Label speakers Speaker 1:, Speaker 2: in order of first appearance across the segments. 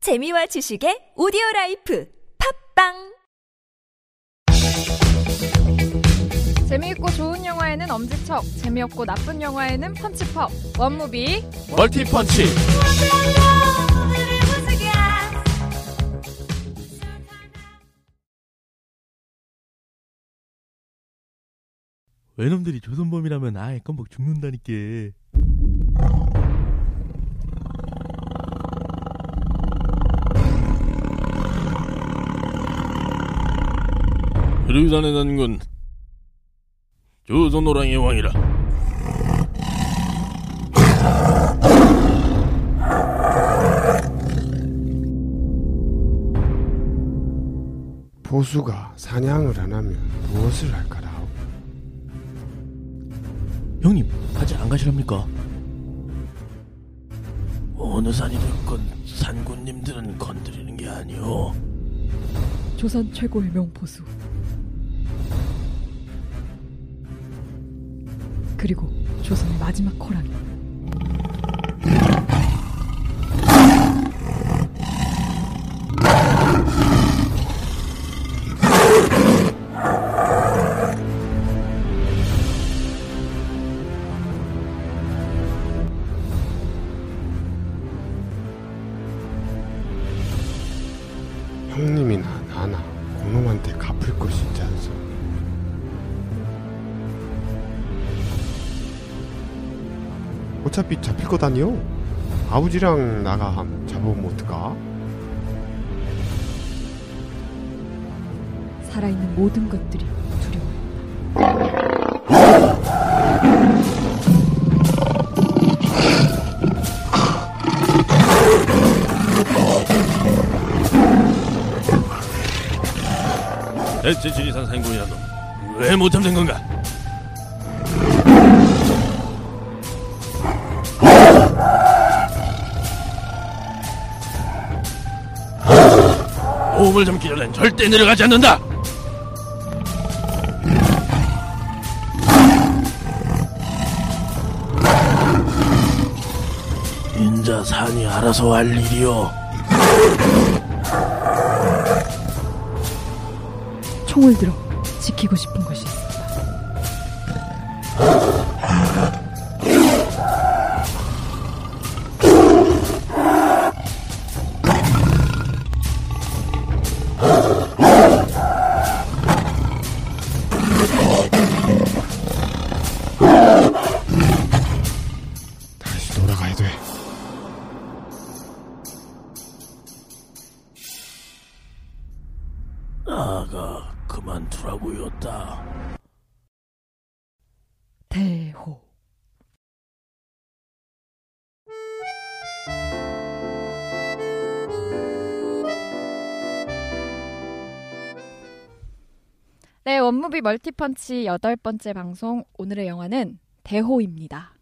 Speaker 1: 재미와 지식의 오디오 라이프 팝빵
Speaker 2: 재미있고 좋은 영화에는 엄지척, 재미없고 나쁜 영화에는 펀치펍, 원무비.
Speaker 3: 멀티펀치
Speaker 4: 외놈들이 조선범이라면 아예 껌벅 죽는다니까
Speaker 3: 류단의 단군 조선호랑이 왕이라
Speaker 5: 보수가 사냥을 안 하면 무엇을 할까라오?
Speaker 3: 형님 같이 안 가시렵니까? 어느 산이든 건 산군님들은 건드리는 게 아니오
Speaker 2: 조선 최고의 명포수. 그리고 조선의 마지막 호랑이.
Speaker 5: 형님이나 나나 그놈한테 갚을 것이 있지 않소? 어차피 잡힐 거다니요? 아버지랑 나가 함 잡아보면 어떡하?
Speaker 2: 살아있는 모든 것들이 두려워요.
Speaker 3: 대체 지리산 산군이라도 왜 못 잡는 건가? 몸을 잡기 전엔 절대 내려가지 않는다! 인자 산이 알아서 할 일이요.
Speaker 2: 총을 들어 지키고 싶은 것이 있습니다.
Speaker 5: 다시 돌아가야 돼.
Speaker 3: 아가 그만두라고요, 딱.
Speaker 2: 대호. 네, 원무비 멀티펀치 여덟 번째 방송 오늘의 영화는 대호입니다.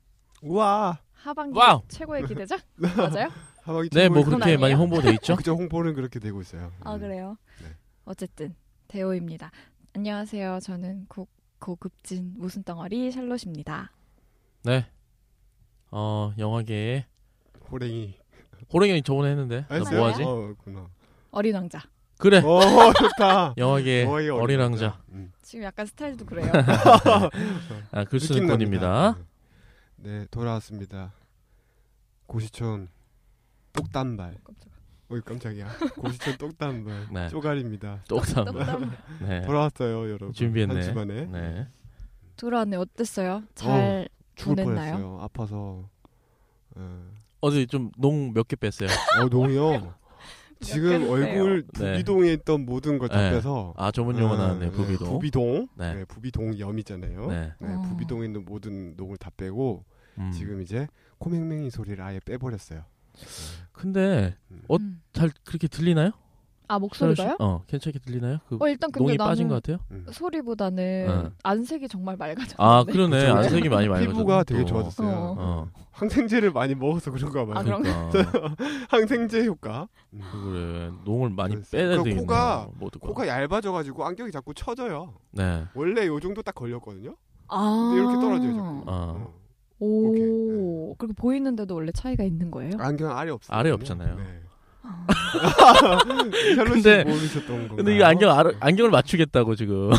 Speaker 5: 우와!
Speaker 2: 하반기
Speaker 3: 와우.
Speaker 2: 최고의 기대작 맞아요?
Speaker 5: 어, 하박이
Speaker 4: 네 뭐
Speaker 2: 그건
Speaker 4: 그렇게 많이
Speaker 2: 아니에요?
Speaker 4: 홍보돼 있죠
Speaker 5: 그저 홍보는 그렇게 되고 있어요.
Speaker 2: 아 그래요.
Speaker 5: 네.
Speaker 2: 어쨌든 대호입니다. 안녕하세요. 저는 고, 고급진 무슨 덩어리 샬롯입니다.
Speaker 4: 어 영화계에
Speaker 5: 음, 호랭이.
Speaker 4: 호랭이 형이 저번에 했는데 나
Speaker 2: 했어요?
Speaker 4: 아, 뭐하지
Speaker 5: 어, 그나.
Speaker 2: 어린 왕자.
Speaker 4: 그래
Speaker 5: 어, 좋다.
Speaker 4: 영화계
Speaker 5: 어이, 어린
Speaker 4: 예, 어린 왕자
Speaker 5: 음.
Speaker 2: 지금 약간 스타일도 그래요.
Speaker 4: 아, 글쓰는 꾼입니다
Speaker 5: 느낌 납니다. 네 돌아왔습니다. 고시촌 똑단발. 어이 깜짝이야. 고시촌 똑단발.
Speaker 4: 네.
Speaker 5: 쪼가리입니다.
Speaker 4: 똑담
Speaker 2: 땀땀.
Speaker 4: 네
Speaker 5: 돌아왔어요 여러분.
Speaker 4: 준비했네.
Speaker 5: 한 주만에
Speaker 4: 네.
Speaker 2: 돌아왔네. 어땠어요? 잘
Speaker 5: 죽을
Speaker 2: 보냈나요?
Speaker 5: 뻔했어요. 아파서. 어,
Speaker 4: 어제 좀 농 몇 개 뺐어요
Speaker 5: 어 농이요. 지금
Speaker 2: 몇 개를
Speaker 5: 얼굴
Speaker 4: 네.
Speaker 5: 부비동에 있던 모든 걸 다
Speaker 4: 네.
Speaker 5: 빼서.
Speaker 4: 아 저번 영화
Speaker 5: 어,
Speaker 4: 나왔네
Speaker 5: 네,
Speaker 4: 부비도
Speaker 5: 부비동.
Speaker 4: 네.
Speaker 5: 네. 부비동 염이잖아요. 네.
Speaker 4: 네
Speaker 2: 어.
Speaker 5: 부비동에 있는 모든 농을 다 빼고
Speaker 4: 음.
Speaker 5: 지금 이제 코맹맹이 소리를 아예 빼버렸어요.
Speaker 4: 근데 어?
Speaker 2: 음.
Speaker 4: 잘 그렇게 들리나요?
Speaker 2: 아 목소리가요?
Speaker 4: 어 괜찮게 들리나요? 그
Speaker 2: 어 일단 근데
Speaker 4: 농이
Speaker 2: 나는
Speaker 4: 빠진 것 같아요?
Speaker 5: 음.
Speaker 2: 소리보다는
Speaker 4: 어.
Speaker 2: 안색이 정말 맑아졌는데.
Speaker 4: 아 그러네
Speaker 5: 그쵸.
Speaker 4: 안색이 많이 많이
Speaker 5: 피부가 되게 좋아졌어요.
Speaker 2: 어.
Speaker 4: 어
Speaker 5: 항생제를 많이 먹어서 그런가 봐요.
Speaker 2: 아, 그럼- 아.
Speaker 4: 그러니까
Speaker 5: 항생제 효과.
Speaker 4: 그래 농을 많이
Speaker 5: 그래서-
Speaker 4: 빼야
Speaker 5: 그러니까
Speaker 4: 되겠네
Speaker 5: 코가-
Speaker 4: 모두가
Speaker 5: 코가 얇아져가지고 안경이 자꾸 처져요.
Speaker 4: 네
Speaker 5: 원래 요 정도 딱 걸렸거든요.
Speaker 2: 아.
Speaker 5: 근데 이렇게 떨어져요. 자꾸.
Speaker 4: 아.
Speaker 5: 어.
Speaker 2: 오.
Speaker 5: 이렇게, 네.
Speaker 2: 그리고 보이는데도 원래 차이가 있는 거예요?
Speaker 5: 안경 아래 없어요.
Speaker 4: 아래 없잖아요.
Speaker 5: 네.
Speaker 2: 아.
Speaker 5: 샬롯 씨
Speaker 4: 근데-
Speaker 5: 모르셨던 건가?
Speaker 4: 근데 이거 안경 알, 안경을 맞추겠다고 지금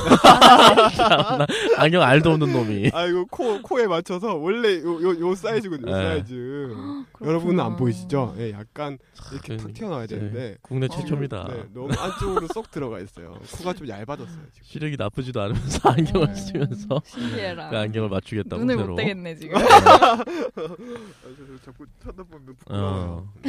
Speaker 4: 참나, 안경 알도 없는 놈이
Speaker 5: 아 이거 코 코에 맞춰서 원래 요 요 사이즈거든요. 요
Speaker 4: 네.
Speaker 5: 사이즈.
Speaker 2: 아, 그렇구나.
Speaker 5: 여러분은 안 보이시죠? 예, 약간 이렇게 탁 튀어나와야
Speaker 4: 네.
Speaker 5: 되는데
Speaker 4: 국내
Speaker 5: 지금,
Speaker 4: 최초입니다
Speaker 5: 네, 너무 안쪽으로 쏙 들어가 있어요. 코가 좀 얇아졌어요. 지금.
Speaker 4: 시력이 나쁘지도 않으면서 안경을 쓰면서
Speaker 2: 신기해라.
Speaker 4: 그 안경을 맞추겠다고
Speaker 2: 네. 아, 눈을
Speaker 4: 새로
Speaker 2: 못 떼겠네 지금.
Speaker 5: 아, 저, 저 자꾸 쳐다보면
Speaker 4: 어,
Speaker 5: 부끄러워요.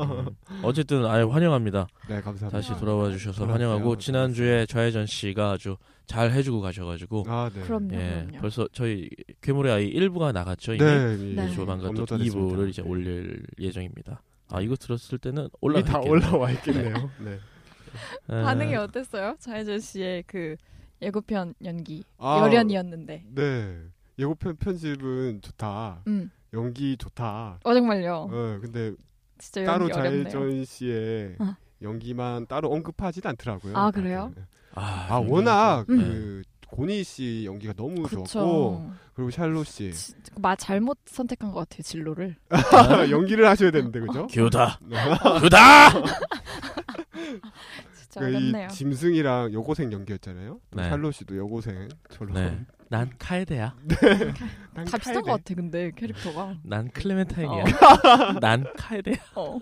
Speaker 4: 그렇죠. 어쨌든 아예 환영합니다.
Speaker 5: 네, 감사합니다. 네.
Speaker 4: 다시 돌아와 주셔서
Speaker 5: 돌아왔어요.
Speaker 4: 환영하고 지난주에 좌회전 씨가 아주 잘 해주고 가셔가지고
Speaker 5: 아, 네.
Speaker 2: 그럼요.
Speaker 4: 예
Speaker 2: 그럼요.
Speaker 4: 벌써 저희 괴물의 아이 1부가 나갔죠. 이미
Speaker 5: 네. 이-
Speaker 2: 네.
Speaker 4: 조만간 또
Speaker 5: 업로드
Speaker 4: 2부를
Speaker 5: 됐습니다. 네.
Speaker 4: 이제 올릴 예정입니다. 아 이거 들었을 때는
Speaker 5: 이미
Speaker 4: 올라
Speaker 5: 다 올라와 있겠네요. 네.
Speaker 2: 반응이 어땠어요? 차혜준 씨의 그 예고편 연기
Speaker 5: 아,
Speaker 2: 열연이었는데.
Speaker 5: 네. 예고편 편집은 좋다.
Speaker 2: 음.
Speaker 5: 연기 좋다.
Speaker 2: 어 정말요.
Speaker 5: 어, 근데
Speaker 2: 진짜
Speaker 5: 따로
Speaker 2: 연기 어렵네요.
Speaker 5: 자일전 씨의
Speaker 2: 어.
Speaker 5: 연기만 따로 언급하진 않더라고요.
Speaker 2: 아, 그래요?
Speaker 5: 네.
Speaker 4: 아, 네.
Speaker 5: 아, 워낙
Speaker 2: 음.
Speaker 5: 그 고니 씨 연기가 너무 좋았고
Speaker 2: 그쵸.
Speaker 5: 그리고 샬롯 씨
Speaker 2: 지- 마 잘못 선택한 것 같아요 진로를.
Speaker 5: 연기를 하셔야 되는데
Speaker 2: 어,
Speaker 5: 그죠?
Speaker 4: 교다
Speaker 5: 네.
Speaker 4: 교다.
Speaker 2: 진짜
Speaker 5: 그러니까
Speaker 2: 어렵네요.
Speaker 5: 이 짐승이랑 여고생 연기였잖아요. 또
Speaker 4: 네.
Speaker 5: 샬롯 씨도 여고생처럼
Speaker 4: 네. 난 카에데야.
Speaker 5: 난
Speaker 2: 다 비슷한
Speaker 5: 칼대.
Speaker 2: 것 같아 근데 캐릭터가.
Speaker 4: 난 클레멘타인이야. 난 카에데야.
Speaker 2: 어.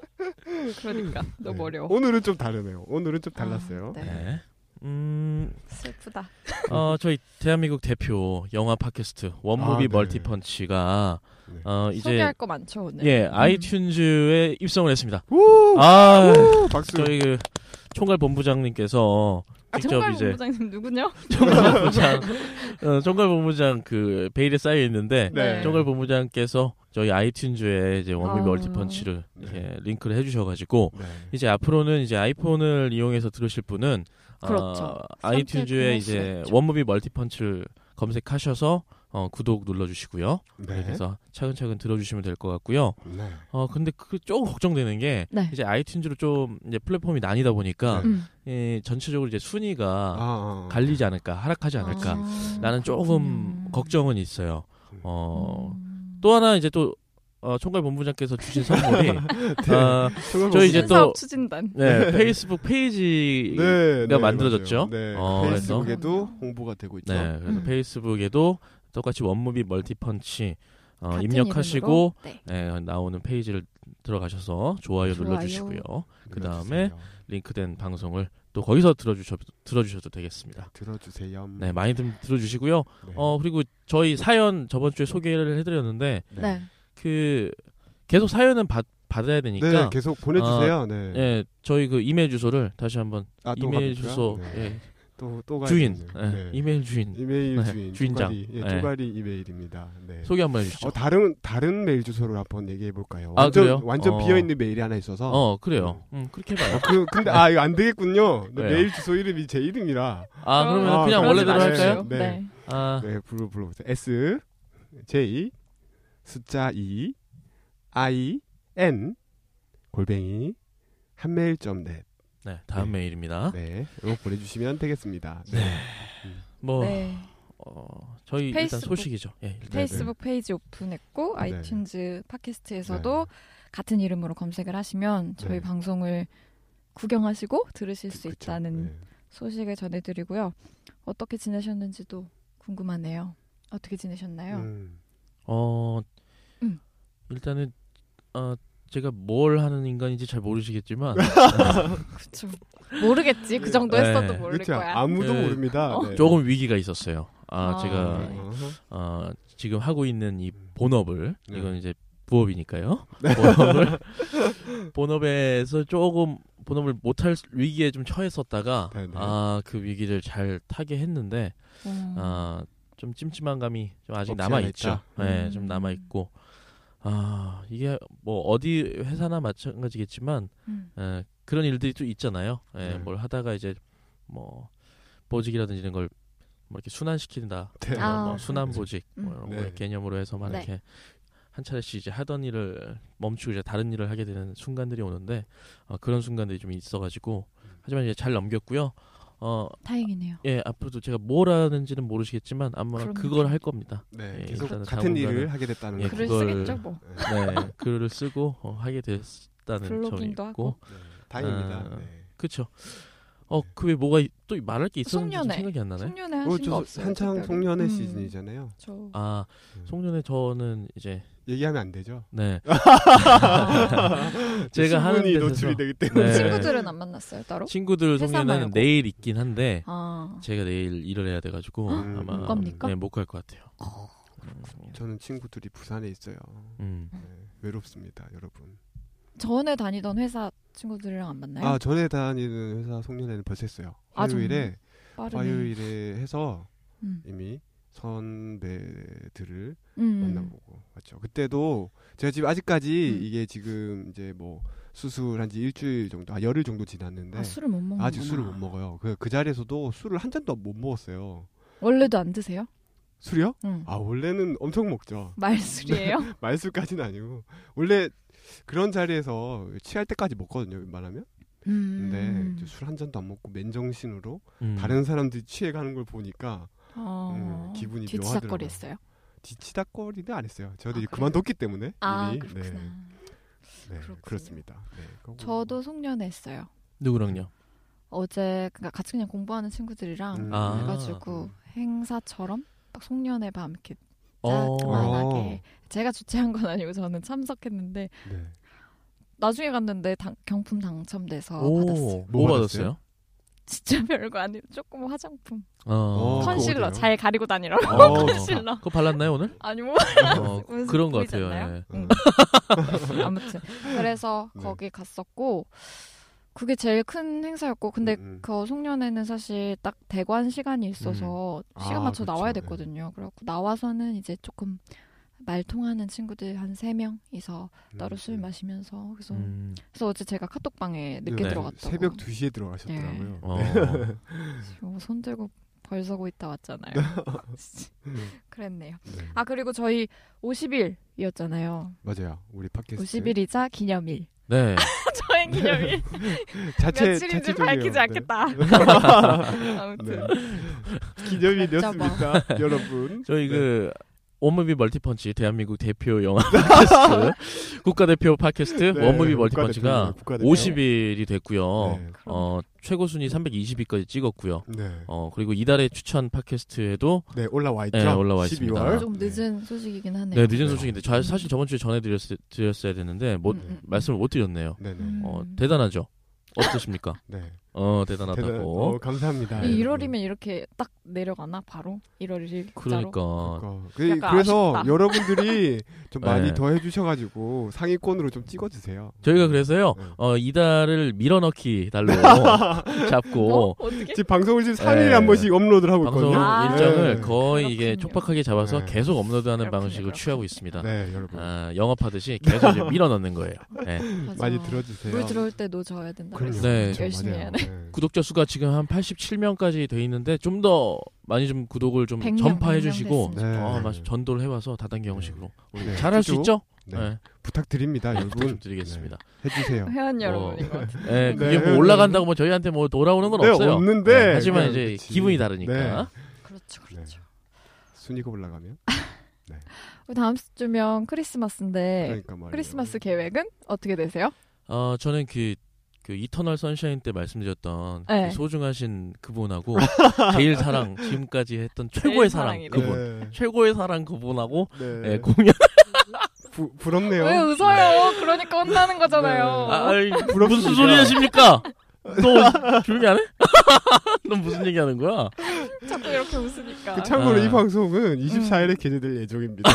Speaker 2: 그러니까 너무
Speaker 5: 네.
Speaker 2: 어려워.
Speaker 5: 오늘은 좀 다르네요. 오늘은 좀 달랐어요.
Speaker 2: 아, 네.
Speaker 4: 네. 음,
Speaker 2: 슬프다.
Speaker 4: 어, 저희 대한민국 대표 영화 팟캐스트
Speaker 5: 아,
Speaker 4: 원무비
Speaker 5: 네.
Speaker 4: 멀티펀치가
Speaker 5: 네.
Speaker 4: 어, 이제
Speaker 2: 소개할 거 많죠 오늘.
Speaker 4: 예
Speaker 2: 음.
Speaker 4: 아이튠즈에 입성을 했습니다.
Speaker 5: 우!
Speaker 4: 아
Speaker 5: 우! 박수.
Speaker 4: 저희 그 총괄 본부장님께서
Speaker 2: 아,
Speaker 4: 직접
Speaker 2: 정말
Speaker 4: 이제
Speaker 2: 본부장님 누구냐?
Speaker 4: 총괄 본부장 어, 총괄 본부장 그 베일에 쌓여 있는데
Speaker 5: 네.
Speaker 4: 총괄 본부장께서 저희 아이튠즈에 이제 원무비
Speaker 2: 아.
Speaker 4: 멀티펀치를
Speaker 5: 네.
Speaker 4: 이렇게 링크를 해주셔가지고
Speaker 5: 네.
Speaker 4: 이제 앞으로는 이제 아이폰을 이용해서 들으실 분은
Speaker 2: 그렇죠. 네,
Speaker 4: 어,
Speaker 2: 선택을
Speaker 4: 아이튠즈에
Speaker 2: 할 수가
Speaker 4: 이제
Speaker 2: 있죠.
Speaker 4: 원무비 멀티펀치를 검색하셔서 어, 구독 눌러주시고요.
Speaker 5: 네.
Speaker 4: 그래서 차근차근 들어주시면 될 것 같고요.
Speaker 5: 네.
Speaker 4: 어 근데 그 조금 걱정되는 게
Speaker 2: 네.
Speaker 4: 이제 아이튠즈로 좀 이제 플랫폼이 나뉘다 보니까
Speaker 5: 네.
Speaker 2: 음.
Speaker 4: 예, 전체적으로 이제 순위가
Speaker 5: 아, 아.
Speaker 4: 갈리지 않을까 하락하지 않을까
Speaker 2: 아,
Speaker 4: 그러니까
Speaker 2: 음.
Speaker 4: 나는 조금
Speaker 2: 그렇군요.
Speaker 4: 걱정은 있어요. 어 또
Speaker 2: 음.
Speaker 4: 하나 이제 또 어, 총괄 본부장께서 주신 선물이
Speaker 5: 네.
Speaker 4: 어,
Speaker 5: 총괄
Speaker 4: 저희 이제
Speaker 2: 신사업
Speaker 4: 또-
Speaker 2: 음. 추진단.
Speaker 4: 네, 페이스북 페이지
Speaker 5: 네,
Speaker 4: 가
Speaker 5: 네,
Speaker 4: 만들어졌죠?
Speaker 5: 맞아요. 네.
Speaker 4: 어, 그래서-
Speaker 5: 페이스북에도 홍보가 되고 있죠.
Speaker 4: 네, 그래서
Speaker 2: 음.
Speaker 4: 페이스북에도 똑같이 원무비 멀티펀치 어,
Speaker 2: 같은
Speaker 4: 입력하시고
Speaker 2: 이름으로. 네.
Speaker 4: 네, 나오는 페이지를 들어가셔서 좋아요,
Speaker 2: 좋아요.
Speaker 4: 눌러주시고요. 그 다음에
Speaker 5: 눌러주세요.
Speaker 4: 링크된 방송을 또 거기서 들어주셔도, 들어주셔도 되겠습니다.
Speaker 5: 들어주세요.
Speaker 4: 네, 많이 좀 들어주시고요.
Speaker 5: 음. 네.
Speaker 4: 어, 그리고 저희 사연 저번 주에 소개를 해드렸는데
Speaker 2: 네.
Speaker 4: 그 계속 사연은 받, 받아야
Speaker 5: 네,
Speaker 4: 되니까
Speaker 5: 계속 보내주세요. 네.
Speaker 4: 예, 저희 그 이메일 주소를 다시 한번
Speaker 5: 아, 또
Speaker 4: 이메일
Speaker 5: 갑니까?
Speaker 4: 주소
Speaker 5: 네.
Speaker 4: 예,
Speaker 5: 또, 또 가야
Speaker 4: 주인
Speaker 5: 되겠네요.
Speaker 4: 예, 이메일 주인
Speaker 5: 이메일
Speaker 4: 네,
Speaker 5: 주인
Speaker 4: 주인장.
Speaker 5: 쪼가리, 예,
Speaker 4: 네.
Speaker 5: 쪼가리 이메일입니다. 네.
Speaker 4: 소개 한번 해주시죠.
Speaker 5: 어, 다른 다른 메일 주소를 한번 얘기해 볼까요?
Speaker 4: 아,
Speaker 5: 완전
Speaker 4: 그래요?
Speaker 5: 완전
Speaker 4: 어.
Speaker 5: 비어 있는 메일이 하나 있어서.
Speaker 4: 어, 그래요. 음, 그렇게 해봐요.
Speaker 5: 어, 그 근데 아 이거 안 되겠군요. 근데
Speaker 4: 왜요?
Speaker 5: 메일 주소 이름이 제 이름이라.
Speaker 4: 아, 그러면
Speaker 5: 아,
Speaker 4: 그냥
Speaker 5: 그러지
Speaker 4: 원래대로
Speaker 5: 마십시오.
Speaker 4: 할까요?
Speaker 5: 네.
Speaker 2: 네.
Speaker 4: 아,
Speaker 5: 네, 불러 불러보세요. S J 숫자 2 I N 골뱅이 한메일.net.
Speaker 4: 네, 다음 메일입니다.
Speaker 5: 네. 이거 보내주시면 되겠습니다. 네.
Speaker 4: 뭐,
Speaker 2: 네.
Speaker 4: 어, 저희 일단
Speaker 2: 페이스북.
Speaker 4: 소식이죠. 예, 일단.
Speaker 2: 페이스북 페이지 오픈했고
Speaker 5: 네.
Speaker 2: 아이튠즈 팟캐스트에서도 같은 이름으로 검색을 하시면 저희
Speaker 5: 네.
Speaker 2: 방송을 구경하시고 들으실 수
Speaker 5: 그쵸.
Speaker 2: 있다는
Speaker 5: 네.
Speaker 2: 소식을 전해드리고요. 어떻게 지내셨는지도 궁금하네요. 어떻게 지내셨나요?
Speaker 5: 음.
Speaker 4: 어,
Speaker 2: 음.
Speaker 4: 일단은 어, 제가 뭘 하는 인간인지 잘 모르시겠지만
Speaker 5: 네.
Speaker 2: 그쵸. 모르겠지. 그 정도 했어도
Speaker 4: 네.
Speaker 2: 모를
Speaker 5: 그렇죠.
Speaker 2: 거야.
Speaker 5: 아무도
Speaker 4: 네.
Speaker 5: 모릅니다.
Speaker 2: 어.
Speaker 5: 네.
Speaker 4: 조금 위기가 있었어요. 아,
Speaker 2: 아,
Speaker 4: 제가
Speaker 2: 네.
Speaker 4: 어, 지금 하고 있는 이 본업을
Speaker 5: 네.
Speaker 4: 이건 이제 부업이니까요. 본업을 본업에서 조금 본업을 못할 위기에 좀 처했었다가
Speaker 5: 네, 네.
Speaker 4: 아, 그 위기를 잘 타게 했는데
Speaker 2: 음.
Speaker 4: 아, 좀 찜찜한 감이 좀 아직
Speaker 5: 없지
Speaker 4: 남아
Speaker 5: 않아
Speaker 4: 있죠.
Speaker 5: 있다.
Speaker 4: 네,
Speaker 2: 음.
Speaker 4: 좀 남아 있고 아 이게 뭐 어디 회사나 마찬가지겠지만
Speaker 2: 음.
Speaker 4: 에, 그런 일들이 또 있잖아요. 예,
Speaker 5: 네.
Speaker 4: 뭘 하다가 이제 뭐 보직이라든지 이런 걸 뭐 이렇게 순환시킨다,
Speaker 5: 네.
Speaker 4: 뭐,
Speaker 2: 아,
Speaker 4: 뭐 순환
Speaker 5: 네.
Speaker 4: 보직 뭐
Speaker 2: 음.
Speaker 4: 이런
Speaker 5: 네.
Speaker 4: 걸 개념으로 해서 막
Speaker 2: 네.
Speaker 4: 이렇게 한 차례씩 이제 하던 일을 멈추고 이제 다른 일을 하게 되는 순간들이 오는데 어, 그런 순간들이 좀 있어가지고 하지만 이제 잘 넘겼고요. 어,
Speaker 2: 다행이네요.
Speaker 4: 예, 앞으로도 제가 뭘 하는지는 모르시겠지만 아마
Speaker 2: 그럼요.
Speaker 4: 그걸 할 겁니다.
Speaker 5: 네,
Speaker 4: 예,
Speaker 5: 계속
Speaker 4: 일단은
Speaker 5: 같은 일을
Speaker 4: 당분간은-
Speaker 5: 하게 됐다는
Speaker 4: 예,
Speaker 5: 거. 네.
Speaker 2: 글을
Speaker 4: 그걸-
Speaker 2: 쓰겠죠 뭐.
Speaker 4: 네, 글을 쓰고 어, 하게 됐다는 점이
Speaker 2: 블로깅도
Speaker 4: 있고
Speaker 2: 하고.
Speaker 5: 네. 다행입니다.
Speaker 4: 아,
Speaker 5: 네.
Speaker 4: 그렇죠. 어, 그 왜 뭐가 이- 또 말할 게 있었는지 좀
Speaker 2: 송년회.
Speaker 4: 생각이 안 나네.
Speaker 2: 송년회 하신
Speaker 5: 어,
Speaker 2: 거
Speaker 5: 저
Speaker 2: 없어요?
Speaker 5: 한창
Speaker 2: 특별히?
Speaker 5: 송년회
Speaker 2: 음,
Speaker 5: 시즌이잖아요.
Speaker 2: 저
Speaker 4: 아, 송년회 저는 이제
Speaker 5: 얘기하면 안 되죠.
Speaker 4: 네.
Speaker 2: 아.
Speaker 4: 제가 하는
Speaker 5: 신분이
Speaker 4: 데서
Speaker 5: 노출이 되기 때문에.
Speaker 4: 네.
Speaker 2: 친구들은 안 만났어요 따로?
Speaker 4: 친구들
Speaker 2: 회사
Speaker 4: 송년회는
Speaker 2: 말고.
Speaker 4: 내일 있긴 한데
Speaker 2: 아
Speaker 4: 제가 내일 일을 해야 돼 가지고
Speaker 5: 음.
Speaker 4: 아마
Speaker 5: 못
Speaker 2: 갑니까?
Speaker 4: 네, 못 갈 것 같아요.
Speaker 5: 저는 친구들이 부산에 있어요.
Speaker 4: 음.
Speaker 5: 네, 외롭습니다, 여러분.
Speaker 2: 전에 다니던 회사 친구들이랑 안 만나요?
Speaker 5: 아 전에 다니는 회사 송년회는 벌써 했어요.
Speaker 2: 네? 아, 정말?
Speaker 5: 화요일에
Speaker 2: 빠르네.
Speaker 5: 화요일에 해서
Speaker 2: 음.
Speaker 5: 이미 선배들을
Speaker 2: 음.
Speaker 5: 만나보고 왔죠. 그때도 제가 지금 아직까지
Speaker 2: 음.
Speaker 5: 이게 지금 이제 뭐 수술한 지 일주일 정도, 아 열흘 정도 지났는데
Speaker 2: 아, 술을 못 먹는
Speaker 5: 아, 직 술을 못 먹어요. 그, 그 자리에서도 술을 한 잔도 못 먹었어요.
Speaker 2: 원래도 안 드세요?
Speaker 5: 술이요?
Speaker 2: 응.
Speaker 5: 아 네. 원래는 엄청 먹죠.
Speaker 2: 말술이에요?
Speaker 5: 말술까지는 아니고 원래 그런 자리에서 취할 때까지 먹거든요. 웬만하면. 근데
Speaker 2: 음.
Speaker 5: 술 한 잔도 안 먹고 맨정신으로
Speaker 4: 음.
Speaker 5: 다른 사람들이 취해가는 걸 보니까
Speaker 2: 어...
Speaker 5: 음, 기분이
Speaker 2: 뒤치다거리
Speaker 5: 묘하더라고요.
Speaker 2: 했어요.
Speaker 5: 뒤치다거리는 안 했어요. 저도
Speaker 2: 아,
Speaker 5: 이제
Speaker 2: 그래요?
Speaker 5: 그만뒀기 때문에
Speaker 2: 아
Speaker 5: 이미.
Speaker 2: 그렇구나.
Speaker 5: 네, 네,
Speaker 2: 그렇군요.
Speaker 5: 그렇습니다. 네, 그거
Speaker 2: 저도 송년했어요.
Speaker 4: 누구랑요?
Speaker 2: 어제 그러니까 같이 그냥 공부하는 친구들이랑
Speaker 5: 음.
Speaker 4: 아.
Speaker 2: 해가지고 행사처럼 딱 송년회 밤 이렇게
Speaker 4: 어.
Speaker 5: 아.
Speaker 2: 짜만하게 제가 주최한 건 아니고 저는 참석했는데
Speaker 5: 네.
Speaker 2: 나중에 갔는데 당- 경품 당첨돼서
Speaker 4: 오,
Speaker 2: 아, 받았어요.
Speaker 4: 뭐
Speaker 5: 뭐
Speaker 4: 받았어요?
Speaker 2: 진짜 별거 아니에요. 조금 화장품
Speaker 5: 어, 그거
Speaker 2: 컨실러
Speaker 5: 어디예요?
Speaker 2: 잘 가리고 다니라고
Speaker 5: 어,
Speaker 2: 컨실러
Speaker 4: 그거 발랐나요 오늘?
Speaker 2: 아니 뭐
Speaker 4: 어,
Speaker 2: 무슨
Speaker 4: 그런 것
Speaker 2: 보이지
Speaker 4: 같아요.
Speaker 2: 않나요?
Speaker 4: 예.
Speaker 2: 응. 아무튼 그래서
Speaker 5: 네.
Speaker 2: 거기 갔었고 그게 제일 큰 행사였고 근데
Speaker 5: 음, 음.
Speaker 2: 그 송년회는 사실 딱 대관 시간이 있어서
Speaker 5: 음.
Speaker 2: 시간
Speaker 5: 아,
Speaker 2: 맞춰 나와야
Speaker 5: 그렇죠.
Speaker 2: 됐거든요. 그래갖고 나와서는 이제 조금 말 통하는 친구들 한 세 명이서 따로
Speaker 5: 음,
Speaker 2: 술
Speaker 5: 음.
Speaker 2: 마시면서 그래서
Speaker 4: 음.
Speaker 2: 그래서 어제 제가 카톡방에 늦게
Speaker 5: 네.
Speaker 2: 들어갔다고
Speaker 5: 새벽 2시에 들어가셨더라고요. 네.
Speaker 4: 어.
Speaker 2: 지금 뭐 손 들고 벌 서고 있다 왔잖아요. 그랬네요.
Speaker 5: 네.
Speaker 2: 아 그리고 저희 50일이었잖아요.
Speaker 5: 맞아요. 우리 팟캐스트
Speaker 2: 50일이자 기념일.
Speaker 4: 네.
Speaker 2: 저의 기념일
Speaker 5: 자체
Speaker 2: 며칠인지
Speaker 5: 자체적이에요.
Speaker 2: 밝히지
Speaker 5: 네.
Speaker 2: 않겠다. 아무튼 네.
Speaker 5: 기념일이었습니다, 여러분.
Speaker 4: 저희
Speaker 5: 네.
Speaker 4: 그 원무비 멀티펀치 대한민국 대표 영화 팟캐스트 국가대표 팟캐스트
Speaker 5: 네,
Speaker 4: 원무비
Speaker 5: 국가대표입니다,
Speaker 4: 멀티펀치가
Speaker 5: 국가대표.
Speaker 4: 50일이 됐고요.
Speaker 5: 네.
Speaker 4: 어, 최고 순위 320위까지 찍었고요.
Speaker 5: 네.
Speaker 4: 어, 그리고 이달의 추천 팟캐스트에도
Speaker 5: 네, 올라와 있죠.
Speaker 4: 네, 올라와 있습니다.
Speaker 5: 12월.
Speaker 2: 좀 늦은 음, 소식이긴 하네요.
Speaker 4: 네, 늦은 소식인데 자- 사실 저번 주에 전해 드렸어야 되는데 못
Speaker 2: 음, 음.
Speaker 4: 뭐, 말씀을 못 드렸네요.
Speaker 5: 네, 네.
Speaker 2: 음.
Speaker 4: 어, 대단하죠. 어떠십니까?
Speaker 5: 네.
Speaker 4: 어,
Speaker 5: 대단,
Speaker 4: 대단하다고.
Speaker 5: 어, 감사합니다.
Speaker 2: 이
Speaker 5: 여러분.
Speaker 2: 1월이면 이렇게 딱 내려가나 바로 1월 1일 자로
Speaker 4: 그러니까
Speaker 5: 그러니까.
Speaker 2: 약간
Speaker 5: 그, 래서
Speaker 2: 아쉽다.
Speaker 5: 여러분들이 좀 많이
Speaker 4: 네.
Speaker 5: 더 해주셔가지고 상위권으로 좀 찍어주세요.
Speaker 4: 저희가 그래서요
Speaker 5: 네.
Speaker 4: 어, 이달을 밀어넣기 달로 잡고
Speaker 2: 어떻게?
Speaker 5: 지금 방송을 지금 3일에 한
Speaker 4: 네.
Speaker 5: 번씩 업로드를 하고
Speaker 4: 방송
Speaker 5: 있거든요.
Speaker 2: 아,
Speaker 4: 일정을
Speaker 5: 네.
Speaker 4: 거의 이게
Speaker 2: 그렇군요.
Speaker 4: 촉박하게 잡아서
Speaker 5: 네.
Speaker 4: 계속 업로드하는
Speaker 2: 그렇군요,
Speaker 4: 방식을
Speaker 2: 그렇군요.
Speaker 4: 취하고 있습니다.
Speaker 5: 네, 여러분.
Speaker 4: 아, 영업하듯이 계속 이제 밀어넣는 거예요. 네.
Speaker 5: 많이 들어주세요.
Speaker 2: 물 들어올 때 노져야 된다.
Speaker 5: 그럼요.
Speaker 4: 네.
Speaker 5: 그렇죠.
Speaker 2: 열심히
Speaker 5: 맞아요.
Speaker 2: 해야
Speaker 5: 네.
Speaker 4: 구독자 수가 지금 한 87명까지 돼 있는데 좀 더 많이 좀 구독을 좀
Speaker 2: 100명,
Speaker 4: 전파해
Speaker 2: 100명
Speaker 4: 주시고
Speaker 5: 됐으면 좋겠어요.
Speaker 4: 어,
Speaker 5: 네.
Speaker 4: 맞아. 전도를 해와서 다단계 형식으로 우리
Speaker 5: 네.
Speaker 4: 잘할 수
Speaker 5: 쭉쭉.
Speaker 4: 있죠?
Speaker 5: 네.
Speaker 4: 네.
Speaker 5: 부탁드립니다,
Speaker 4: 부탁 좀
Speaker 5: 여러분.
Speaker 4: 드리겠습니다.
Speaker 5: 네, 해주세요.
Speaker 2: 회원
Speaker 4: 뭐,
Speaker 2: 여러분인 것 같아요.
Speaker 4: 네, 그게
Speaker 5: 네.
Speaker 4: 뭐 올라간다고 뭐 저희한테 뭐 돌아오는 건
Speaker 5: 네,
Speaker 4: 없어요.
Speaker 5: 없는데.
Speaker 4: 네, 하지만
Speaker 5: 그냥
Speaker 4: 이제
Speaker 5: 그치.
Speaker 4: 기분이 다르니까.
Speaker 5: 네.
Speaker 2: 그렇죠,
Speaker 5: 네.
Speaker 2: 그렇죠.
Speaker 5: 순위가 올라가면. 네.
Speaker 2: 우리 다음 주면 크리스마스인데
Speaker 5: 그러니까 말이에요.
Speaker 2: 네. 크리스마스 계획은 어떻게 되세요?
Speaker 4: 어, 저는 그, 그 이터널 선샤인 때 말씀드렸던 그
Speaker 2: 네.
Speaker 4: 소중하신 그분하고 제일 사랑 지금까지 했던 최고의 사랑
Speaker 2: 사랑이래.
Speaker 4: 그분
Speaker 5: 네.
Speaker 4: 최고의 사랑 그분하고
Speaker 5: 네.
Speaker 4: 예, 공연
Speaker 5: 부, 부럽네요.
Speaker 2: 왜 웃어요? 그러니까 혼나는 거잖아요.
Speaker 5: 네.
Speaker 4: 아, 아이,
Speaker 5: 부럽습니다.
Speaker 4: 무슨 소리 하십니까? 너 조용히 안 해? 너 무슨 얘기 하는 거야?
Speaker 2: 자꾸 이렇게 웃으니까.
Speaker 5: 네. 그 참고로
Speaker 4: 아.
Speaker 5: 이 방송은
Speaker 2: 음.
Speaker 5: 24일에 게재될 예정입니다.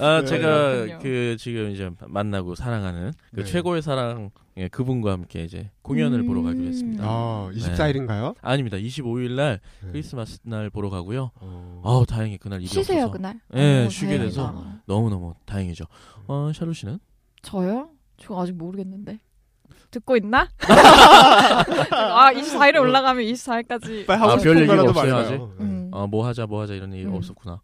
Speaker 4: 아,
Speaker 5: 네.
Speaker 4: 제가
Speaker 2: 그렇군요.
Speaker 4: 그 지금 이제 만나고 사랑하는 그
Speaker 5: 네.
Speaker 4: 최고의 사랑 예, 그분과 함께 이제 공연을
Speaker 2: 음.
Speaker 4: 보러 가기로 했습니다.
Speaker 5: 아, 네. 24일인가요?
Speaker 4: 아닙니다. 25일 날 크리스마스 날 보러 가고요.
Speaker 5: 어.
Speaker 4: 아우 다행히 그날 일이
Speaker 2: 쉬세요
Speaker 4: 없어서
Speaker 2: 그날.
Speaker 4: 예,
Speaker 2: 어,
Speaker 4: 쉬게
Speaker 2: 다행이다.
Speaker 4: 돼서. 너무너무 다행이죠.
Speaker 5: 음.
Speaker 4: 어, 샬루 씨는?
Speaker 2: 네. 저요? 저 아직 모르겠는데. 듣고 있나? 아 24일에 올라가면 24일까지.
Speaker 5: 빨리
Speaker 4: 아,
Speaker 5: 하고
Speaker 4: 별
Speaker 5: 싶은
Speaker 4: 얘기가
Speaker 5: 거라도
Speaker 4: 없어요,
Speaker 5: 말해요. 네.
Speaker 2: 음.
Speaker 4: 아, 뭐 하자, 뭐 하자 이런 얘기 가
Speaker 2: 음.
Speaker 4: 없었구나.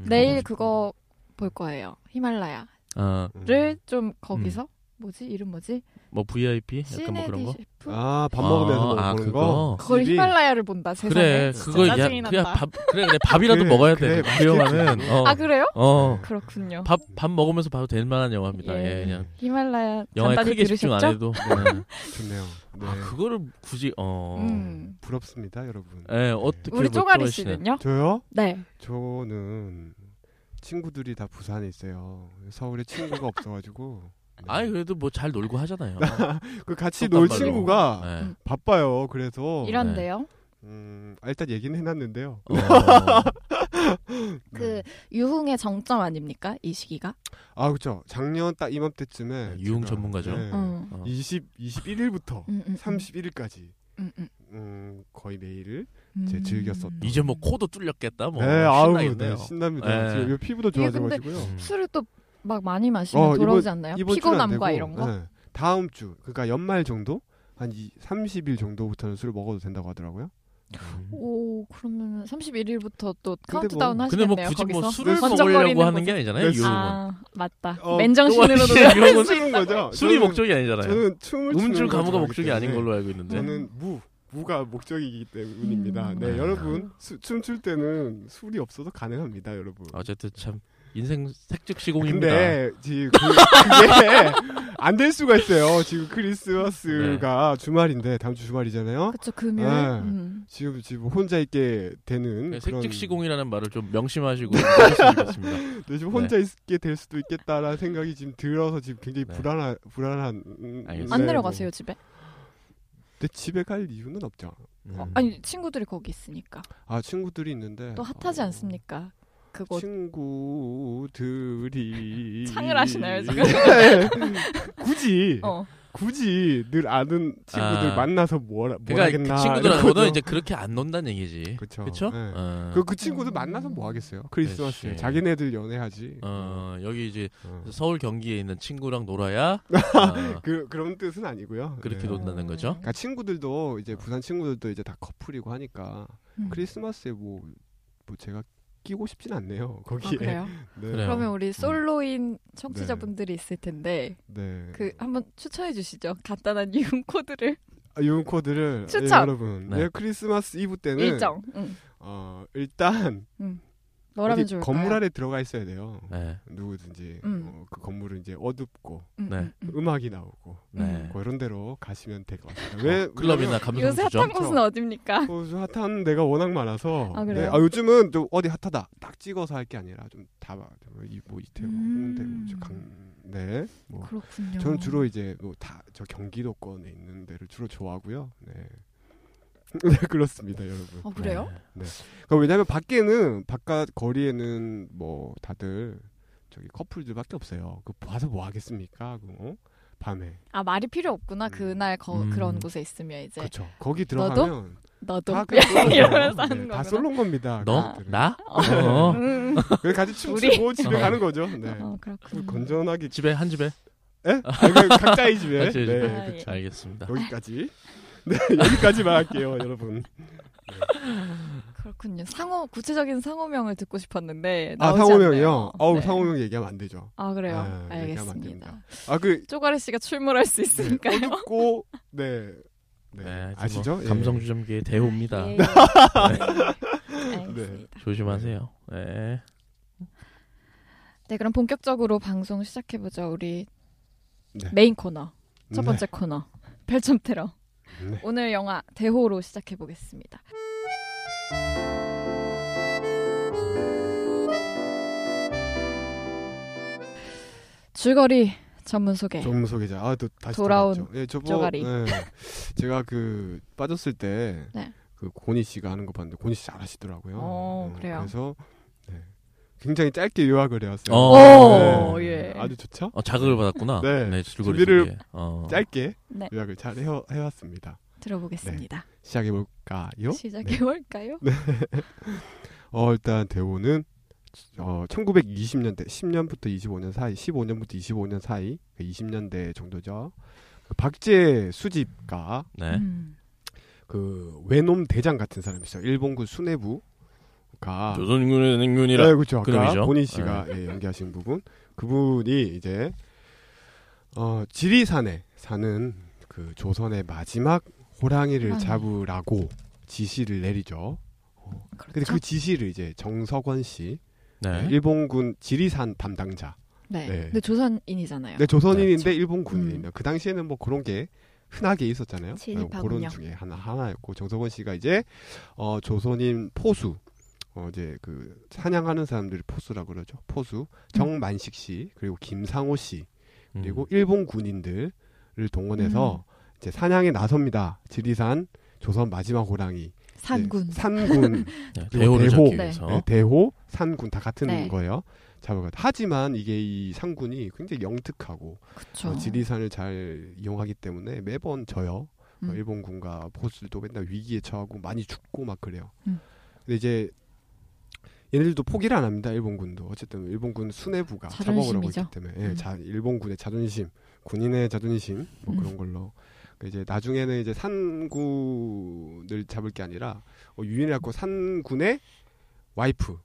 Speaker 4: 음,
Speaker 2: 내일
Speaker 4: 하고 싶은
Speaker 2: 그거 볼 거예요. 히말라야를 네.
Speaker 4: 거. 아,
Speaker 5: 음.
Speaker 2: 좀 거기서 뭐지 이름 뭐지?
Speaker 4: 뭐 VIP 약간 뭐 그런
Speaker 2: 시네디
Speaker 4: 거.
Speaker 2: 셰프.
Speaker 5: 아, 밥 먹으면서
Speaker 4: 아, 아,
Speaker 5: 먹는
Speaker 4: 그거?
Speaker 5: 거.
Speaker 2: 그걸
Speaker 5: 집이-
Speaker 2: 히말라야를 본다 세상에.
Speaker 4: 그래 그걸 야,
Speaker 6: 짜증이
Speaker 4: 그냥
Speaker 6: 난다.
Speaker 4: 밥 그래 그래 밥이라도
Speaker 5: 그래,
Speaker 4: 먹어야
Speaker 5: 그래,
Speaker 4: 돼. 그
Speaker 5: 맛있게
Speaker 4: 영화는
Speaker 5: 먹는
Speaker 4: 어.
Speaker 2: 아 그래요?
Speaker 4: 어.
Speaker 2: 그렇군요.
Speaker 4: 밥, 밥 먹으면서 봐도 될 만한 영화입니다.
Speaker 2: 예.
Speaker 4: 예, 그냥
Speaker 2: 히말라야
Speaker 4: 영화에
Speaker 2: 간단히
Speaker 4: 크게 집중 안
Speaker 2: 들으셨죠?
Speaker 4: 해도 예.
Speaker 5: 좋네요. 네.
Speaker 4: 아 그거를 굳이 어,
Speaker 2: 음.
Speaker 5: 부럽습니다, 여러분. 네.
Speaker 4: 예 어떻게
Speaker 2: 우리
Speaker 4: 못
Speaker 2: 쪼가리
Speaker 4: 좋아하시네.
Speaker 2: 씨는요?
Speaker 5: 저요?
Speaker 2: 네.
Speaker 5: 저는 친구들이 다 부산에 있어요. 서울에 친구가 없어가지고. 네.
Speaker 4: 아니 그래도 뭐 잘 놀고 하잖아요.
Speaker 5: 그 같이 놀
Speaker 4: 똑같다고.
Speaker 5: 친구가
Speaker 4: 예.
Speaker 2: 음.
Speaker 5: 바빠요. 그래서
Speaker 2: 이런데요.
Speaker 5: 음, 아, 일단 얘기는 해놨는데요. 네.
Speaker 4: 어,
Speaker 5: 음.
Speaker 2: 그 유흥의 정점 아닙니까 이 시기가?
Speaker 5: 아 그렇죠. 작년 딱 이맘때쯤에
Speaker 4: 유흥
Speaker 5: 제가,
Speaker 4: 전문가죠.
Speaker 5: 네,
Speaker 2: 음.
Speaker 4: 어.
Speaker 5: 20 21일부터
Speaker 2: 음, 음, 음.
Speaker 5: 31일까지
Speaker 2: 음, 음,
Speaker 5: 음, 거의 매일
Speaker 2: 음.
Speaker 5: 제 즐겼었던.
Speaker 4: 이제 뭐 코도 뚫렸겠다 뭐.
Speaker 5: 네, 아우
Speaker 4: 신나겠네요.
Speaker 5: 네, 신납니다.
Speaker 4: 네.
Speaker 5: 지금 요 피부도
Speaker 2: 이게 예, 근데
Speaker 5: 좋아져가지고요.
Speaker 4: 음.
Speaker 2: 술을 또 막 많이 마시면
Speaker 5: 어, 이번-
Speaker 2: 돌아오지 않나요?
Speaker 5: 이번 주는 안
Speaker 2: 피곤함과
Speaker 5: 되고,
Speaker 2: 이런 거?
Speaker 5: 네, 다음 주 그러니까 연말 정도 한 이, 30일 정도부터는 술을 먹어도 된다고 하더라고요.
Speaker 2: 오 그러면 31일부터 또
Speaker 5: 뭐-
Speaker 2: 카운트다운
Speaker 4: 근데
Speaker 2: 하시겠네요
Speaker 4: 뭐 굳이
Speaker 2: 거기서?
Speaker 4: 뭐 술을
Speaker 2: 번쩍거리는
Speaker 4: 먹으려고 하는
Speaker 2: 모습.
Speaker 4: 게 아니잖아요.
Speaker 5: 네,
Speaker 4: 유흥은
Speaker 2: 아 맞다
Speaker 5: 어,
Speaker 2: 맨정신으로도 그렇죠.
Speaker 4: 또 아니, 이런 네, 건
Speaker 5: 추는 거죠.
Speaker 4: 술이
Speaker 5: 저는-
Speaker 4: 목적이 아니잖아요.
Speaker 5: 저는 춤을 추는
Speaker 4: 음주
Speaker 5: 걸
Speaker 4: 가무가
Speaker 5: 좋아하기
Speaker 4: 목적이 아닌
Speaker 5: 때문에
Speaker 4: 걸로 알고 있는데.
Speaker 5: 저는 무 무가 목적이기 때문입니다.
Speaker 2: 음.
Speaker 4: 아.
Speaker 5: 네 여러분 수- 춤출 때는 술이 없어도 가능합니다, 여러분.
Speaker 4: 어쨌든 참 인생 아, 색즉시공입니다.
Speaker 5: 근데 지금 그, 그게 안 될 수가 있어요. 지금 크리스마스가
Speaker 4: 네.
Speaker 5: 주말인데 다음 주 주말이잖아요.
Speaker 2: 그쵸 금요일
Speaker 5: 네.
Speaker 2: 음.
Speaker 5: 지금 지금 혼자 있게 되는 그런
Speaker 4: 네, 색즉시공이라는 말을 좀 명심하시고 하셨으면 좋겠습니다.
Speaker 5: 네, 지금 혼자 있게 될 수도 있겠다라는 생각이 지금 들어서 지금 굉장히
Speaker 4: 네.
Speaker 5: 불안한 불안한 음,
Speaker 4: 알겠습니다.
Speaker 2: 안
Speaker 5: 네,
Speaker 2: 내려가세요
Speaker 5: 뭐.
Speaker 2: 집에?
Speaker 5: 근데 집에 갈 이유는 없죠.
Speaker 4: 음.
Speaker 2: 어, 아니 친구들이 거기 있으니까
Speaker 5: 아 친구들이 있는데
Speaker 2: 또 핫하지
Speaker 5: 어,
Speaker 2: 않습니까? 그거
Speaker 5: 친구들이
Speaker 2: 창을 하시나요, 지금?
Speaker 5: 네. 굳이
Speaker 2: 어
Speaker 5: 굳이 늘 아는 친구들
Speaker 4: 아.
Speaker 5: 만나서 뭐라 뭐
Speaker 4: 그러니까
Speaker 5: 하겠나
Speaker 4: 그 친구들하고는 이제 그렇게 안 논다는 얘기지.
Speaker 5: 그쵸.
Speaker 4: 그렇죠?
Speaker 5: 네.
Speaker 4: 어.
Speaker 5: 그, 그 친구들 만나서 뭐 하겠어요? 크리스마스
Speaker 4: 그치.
Speaker 5: 자기네들 연애하지.
Speaker 4: 어, 여기 이제
Speaker 5: 어.
Speaker 4: 서울 경기에 있는 친구랑 놀아야 어,
Speaker 5: 그 그런 뜻은 아니고요.
Speaker 4: 그렇게
Speaker 5: 네.
Speaker 4: 논다는 거죠.
Speaker 5: 그러니까 친구들도 이제 부산 친구들도 이제 다 커플이고 하니까
Speaker 2: 음.
Speaker 5: 예. 크리스마스에 뭐, 뭐 제가 끼고 싶진 않네요.
Speaker 2: 아,
Speaker 5: 거기에.
Speaker 2: 그래요?
Speaker 5: 네.
Speaker 4: 그래요.
Speaker 2: 그러면 우리 솔로인 청취자분들이 있을 텐데
Speaker 5: 네.
Speaker 2: 그 한번 추천해 주시죠 간단한 유흥 코드를
Speaker 5: 아, 이런 코드를
Speaker 2: 추천!
Speaker 5: 예, 여러분.
Speaker 4: 네.
Speaker 5: 예, 크리스마스 이브 때는
Speaker 2: 일정 응.
Speaker 5: 어, 일단
Speaker 2: 뭐라면
Speaker 5: 어디
Speaker 2: 좋을까요?
Speaker 5: 건물 안에 들어가 있어야 돼요.
Speaker 4: 네.
Speaker 5: 누구든지
Speaker 2: 음.
Speaker 5: 어, 그 건물은 이제 어둡고
Speaker 2: 음,
Speaker 4: 네.
Speaker 2: 음, 음.
Speaker 5: 음악이 나오고
Speaker 4: 네.
Speaker 5: 그런 데로 가시면 될 것 같습니다. 왜
Speaker 4: 어, 클럽이나
Speaker 2: 요새
Speaker 4: 감성수죠.
Speaker 2: 핫한 곳은 어디입니까?
Speaker 5: 어, 저 핫한 데가 워낙 많아서
Speaker 2: 아, 그래요?
Speaker 5: 아, 요즘은 좀 어디 핫하다 딱 찍어서 할 게 아니라 좀다뭐 이태원
Speaker 2: 음.
Speaker 5: 홍대 뭐강네 뭐.
Speaker 2: 그렇군요.
Speaker 5: 저는 주로 이제 뭐 다 저 경기도권에 있는 데를 주로 좋아하고요. 네. 네, 그렇습니다, 여러분.
Speaker 2: 어 그래요?
Speaker 4: 네.
Speaker 5: 그러니까 왜냐면 밖에는 바깥 거리에는 뭐 다들 저기 커플들밖에 없어요. 그 와서 뭐 하겠습니까? 그 어? 밤에.
Speaker 2: 아 말이 필요 없구나
Speaker 5: 음.
Speaker 2: 그날 거,
Speaker 4: 음.
Speaker 2: 그런 곳에 있으면 이제
Speaker 5: 그렇죠. 거기
Speaker 2: 네. 너도?
Speaker 5: 들어가면
Speaker 2: 너도
Speaker 5: 다 그냥 솔로예요.
Speaker 2: 이러면서 하는
Speaker 5: 네, 다
Speaker 2: 거구나.
Speaker 5: 솔로인 겁니다.
Speaker 4: 너?
Speaker 2: 아.
Speaker 5: 그들은.
Speaker 4: 나? 어.
Speaker 5: 네.
Speaker 2: 음.
Speaker 5: 그래 같이
Speaker 2: 우리?
Speaker 5: 춤추고 집에 가는 거죠. 네.
Speaker 2: 어, 그렇군요.
Speaker 5: 건전하게
Speaker 4: 집에 한 집에
Speaker 5: 예? 아, 그 각자의 집에.
Speaker 4: 각자의 집에.
Speaker 5: 네,
Speaker 2: 아, 예.
Speaker 5: 그쵸.
Speaker 4: 알겠습니다.
Speaker 5: 여기까지. 네, 여기까지만 할게요, 여러분.
Speaker 2: 그렇군요. 상호 구체적인 상호명을 듣고 싶었는데
Speaker 5: 아,
Speaker 2: 나오지
Speaker 5: 상호명이요?
Speaker 2: 않네요.
Speaker 5: 어우,
Speaker 2: 네.
Speaker 5: 상호명 얘기하면 안 되죠.
Speaker 2: 아 그래요.
Speaker 5: 아, 얘기하면 안
Speaker 2: 알겠습니다.
Speaker 5: 됩니다. 아, 그,
Speaker 2: 쪼가리 씨가 출몰할 수
Speaker 5: 네,
Speaker 2: 있으니까요.
Speaker 5: 어둡고, 네. 네.
Speaker 4: 네,
Speaker 5: 아시죠?
Speaker 4: 뭐
Speaker 5: 예.
Speaker 4: 감성주점기의 대호입니다.
Speaker 2: 예, 예. 네. 알겠습니다.
Speaker 4: 조심하세요. 네.
Speaker 2: 네, 그럼 본격적으로 방송 시작해 보죠. 우리
Speaker 5: 네.
Speaker 2: 메인 코너 첫
Speaker 5: 네.
Speaker 2: 번째 코너 별점 테러.
Speaker 5: 네.
Speaker 2: 오늘 영화 대호로 시작해 보겠습니다. 줄거리 전문 소개.
Speaker 5: 좀 소개자. 아, 또 다시
Speaker 2: 돌아온
Speaker 5: 돌아왔죠. 예, 저번
Speaker 2: 쪼가리.
Speaker 5: 예. 제가 그 빠졌을 때
Speaker 2: 네.
Speaker 5: 그 고니 씨가 하는 거 봤는데 고니 씨 잘하시더라고요.
Speaker 2: 어,
Speaker 5: 예,
Speaker 2: 그래요.
Speaker 5: 그래서 네. 굉장히 짧게 요약을 해왔어요. 네.
Speaker 4: 어.
Speaker 2: 오, 예.
Speaker 5: 아주 좋죠?
Speaker 4: 어, 자극을 받았구나.
Speaker 5: 네.
Speaker 4: 줄거리
Speaker 5: 준비를
Speaker 4: 속에. 어.
Speaker 5: 짧게
Speaker 2: 네.
Speaker 5: 요약을 잘 해와, 해왔습니다.
Speaker 2: 들어보겠습니다.
Speaker 5: 시작해 볼까요?
Speaker 2: 시작해 볼까요?
Speaker 5: 네. 어, 일단 대호는 어, 1920년대 10년부터 25년 사이, 15년부터 25년 사이, 20년대 정도죠. 그 박제 수집가
Speaker 4: 네.
Speaker 2: 음.
Speaker 5: 그 외놈 대장 같은 사람이죠. 일본군 수뇌부가
Speaker 4: 조선군의
Speaker 5: 네,
Speaker 4: 냉군이라. 네.
Speaker 5: 그렇죠. 아까
Speaker 4: 그놈이죠.
Speaker 5: 본인 씨가 예, 연기하신 부분 그분이 이제 어, 지리산에 사는 그 조선의 마지막 호랑이를
Speaker 2: 호랑이.
Speaker 5: 잡으라고 지시를 내리죠. 근데
Speaker 2: 그렇죠.
Speaker 5: 그 지시를 이제 정석원 씨,
Speaker 4: 네.
Speaker 5: 예. 일본군 지리산 담당자.
Speaker 2: 네.
Speaker 5: 네.
Speaker 2: 근데 조선인이잖아요.
Speaker 5: 네, 조선인인데
Speaker 4: 그렇죠.
Speaker 5: 일본 군인이면 그 당시에는 뭐 그런 게 흔하게 있었잖아요.
Speaker 2: 음.
Speaker 5: 네,
Speaker 2: 진입하군요.
Speaker 5: 그런 중에 하나 하나였고 정석원 씨가 이제 어 조선인 포수 어 이제 그 사냥하는 사람들이 포수라고 그러죠. 포수
Speaker 2: 음.
Speaker 5: 정만식 씨 그리고 김상호 씨
Speaker 4: 음.
Speaker 5: 그리고 일본 군인들을 동원해서
Speaker 2: 음.
Speaker 5: 이제 사냥에 나섭니다. 지리산 조선 마지막 호랑이
Speaker 2: 산군.
Speaker 5: 네, 산군
Speaker 4: 네,
Speaker 5: 그리고
Speaker 4: 대호를
Speaker 5: 대호.
Speaker 4: 잡기
Speaker 2: 네.
Speaker 4: 위해서
Speaker 5: 네, 대호, 산군 다 같은
Speaker 2: 네.
Speaker 5: 거예요. 잡아가. 하지만 이게 이 산군이 굉장히 영특하고
Speaker 2: 그렇죠.
Speaker 5: 어, 지리산을 잘 이용하기 때문에 매번 져요.
Speaker 2: 음.
Speaker 5: 어, 일본군과 보스들도 맨날 위기에 처하고 많이 죽고 막 그래요.
Speaker 2: 음.
Speaker 5: 근데 이제 얘네들도 포기를 안 합니다. 일본군도 어쨌든 일본군 수뇌부가 잡아오라고
Speaker 2: 자존심이죠.
Speaker 5: 했기 때문에 예,
Speaker 2: 음.
Speaker 5: 자, 일본군의 자존심, 군인의 자존심 뭐
Speaker 2: 음.
Speaker 5: 그런 걸로 그 이제 나중에는 이제 산군을 잡을 게 아니라 어, 유인을 갖고 산군의 와이프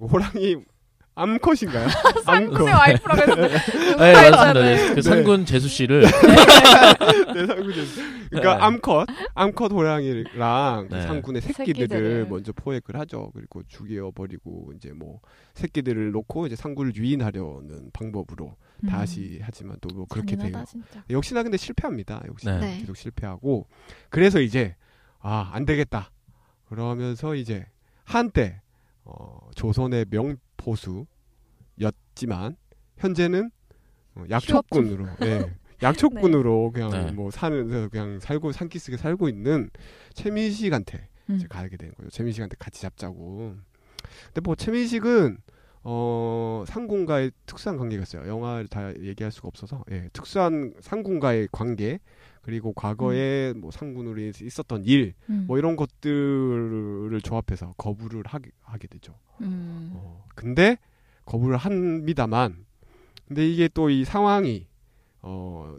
Speaker 5: 호랑이 암컷인가요? 암컷.
Speaker 2: 산군의 와이프라고 했어요.
Speaker 4: 네, 맞습니다. 네. 그 산군 재수 씨를
Speaker 5: 네, 상군이. 그러니까
Speaker 4: 네.
Speaker 5: 암컷, 암컷 호랑이랑 그
Speaker 4: 네.
Speaker 5: 상군의 새끼들을,
Speaker 2: 새끼들을.
Speaker 5: 먼저 포획을 하죠. 그리고 죽여 버리고 이제 뭐 새끼들을 놓고 이제 상군을 유인하려는 방법으로
Speaker 2: 음.
Speaker 5: 다시 하지만 또 뭐 그렇게 돼요.
Speaker 2: 진짜.
Speaker 5: 역시나 근데 실패합니다. 역시나
Speaker 2: 네.
Speaker 5: 계속 실패하고 그래서 이제 아, 안 되겠다. 그러면서 이제 한때 어, 조선의 명포수였지만 현재는 어, 약초꾼으로 예. 약초꾼으로 그냥
Speaker 4: 네.
Speaker 5: 뭐 사는 그냥 살고 산기슭에 살고 있는 최민식한테
Speaker 2: 음.
Speaker 5: 이제 가게 되는 거죠. 최민식한테 같이 잡자고. 근데 뭐 최민식은 어 상군과의 특수한 관계가 있어요. 영화를 다 얘기할 수가 없어서 예, 특수한 상군과의 관계 그리고 과거에 뭐 상군으로 인해서 있었던 일 뭐
Speaker 2: 음.
Speaker 5: 이런 것들을 조합해서 거부를 하게, 하게 되죠.
Speaker 2: 음.
Speaker 5: 어, 근데 거부를 합니다만 근데 이게 또 이 상황이 어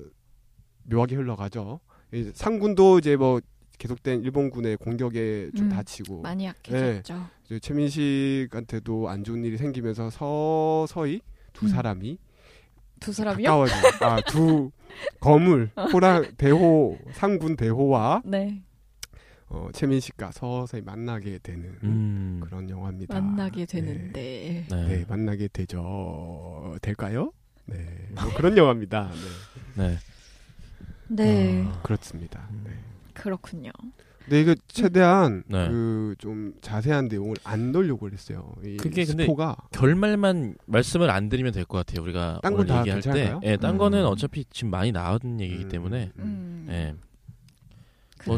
Speaker 5: 묘하게 흘러가죠. 이 상군도 이제 뭐 계속된 일본군의 공격에 좀
Speaker 2: 음,
Speaker 5: 다치고
Speaker 2: 많이 약해졌죠.
Speaker 5: 이제 최민식한테도 안 좋은 일이 생기면서 서서히 두
Speaker 2: 음.
Speaker 5: 사람이
Speaker 2: 두 사람이요? 어.
Speaker 5: 가까워져. 아두 거물 호랑 대호 상군 대호와
Speaker 2: 네.
Speaker 5: 어, 최민식과 서서히 만나게 되는
Speaker 4: 음.
Speaker 5: 그런 영화입니다.
Speaker 2: 만나게
Speaker 5: 네.
Speaker 2: 되는데.
Speaker 4: 네.
Speaker 5: 네,
Speaker 4: 네.
Speaker 5: 만나게 되죠. 될까요? 네, 뭐 그런 영화입니다. 네,
Speaker 2: 네.
Speaker 4: 아,
Speaker 5: 그렇습니다. 네.
Speaker 2: 그렇군요.
Speaker 5: 근데 이거 최대한
Speaker 4: 네.
Speaker 5: 그 좀 자세한 내용을 안 넣으려고 그랬어요. 이
Speaker 4: 그게 근데
Speaker 5: 스포가
Speaker 4: 결말만 말씀을 안 드리면 될 것 같아요. 우리가
Speaker 5: 딴
Speaker 4: 오늘
Speaker 5: 건다
Speaker 4: 얘기할 때,
Speaker 5: 괜찮을까요?
Speaker 4: 예, 딴
Speaker 5: 음.
Speaker 4: 거는 어차피 지금 많이 나온 얘기이기
Speaker 5: 음,
Speaker 4: 때문에,
Speaker 5: 음.
Speaker 2: 음.
Speaker 4: 예, 뭐
Speaker 5: 뭐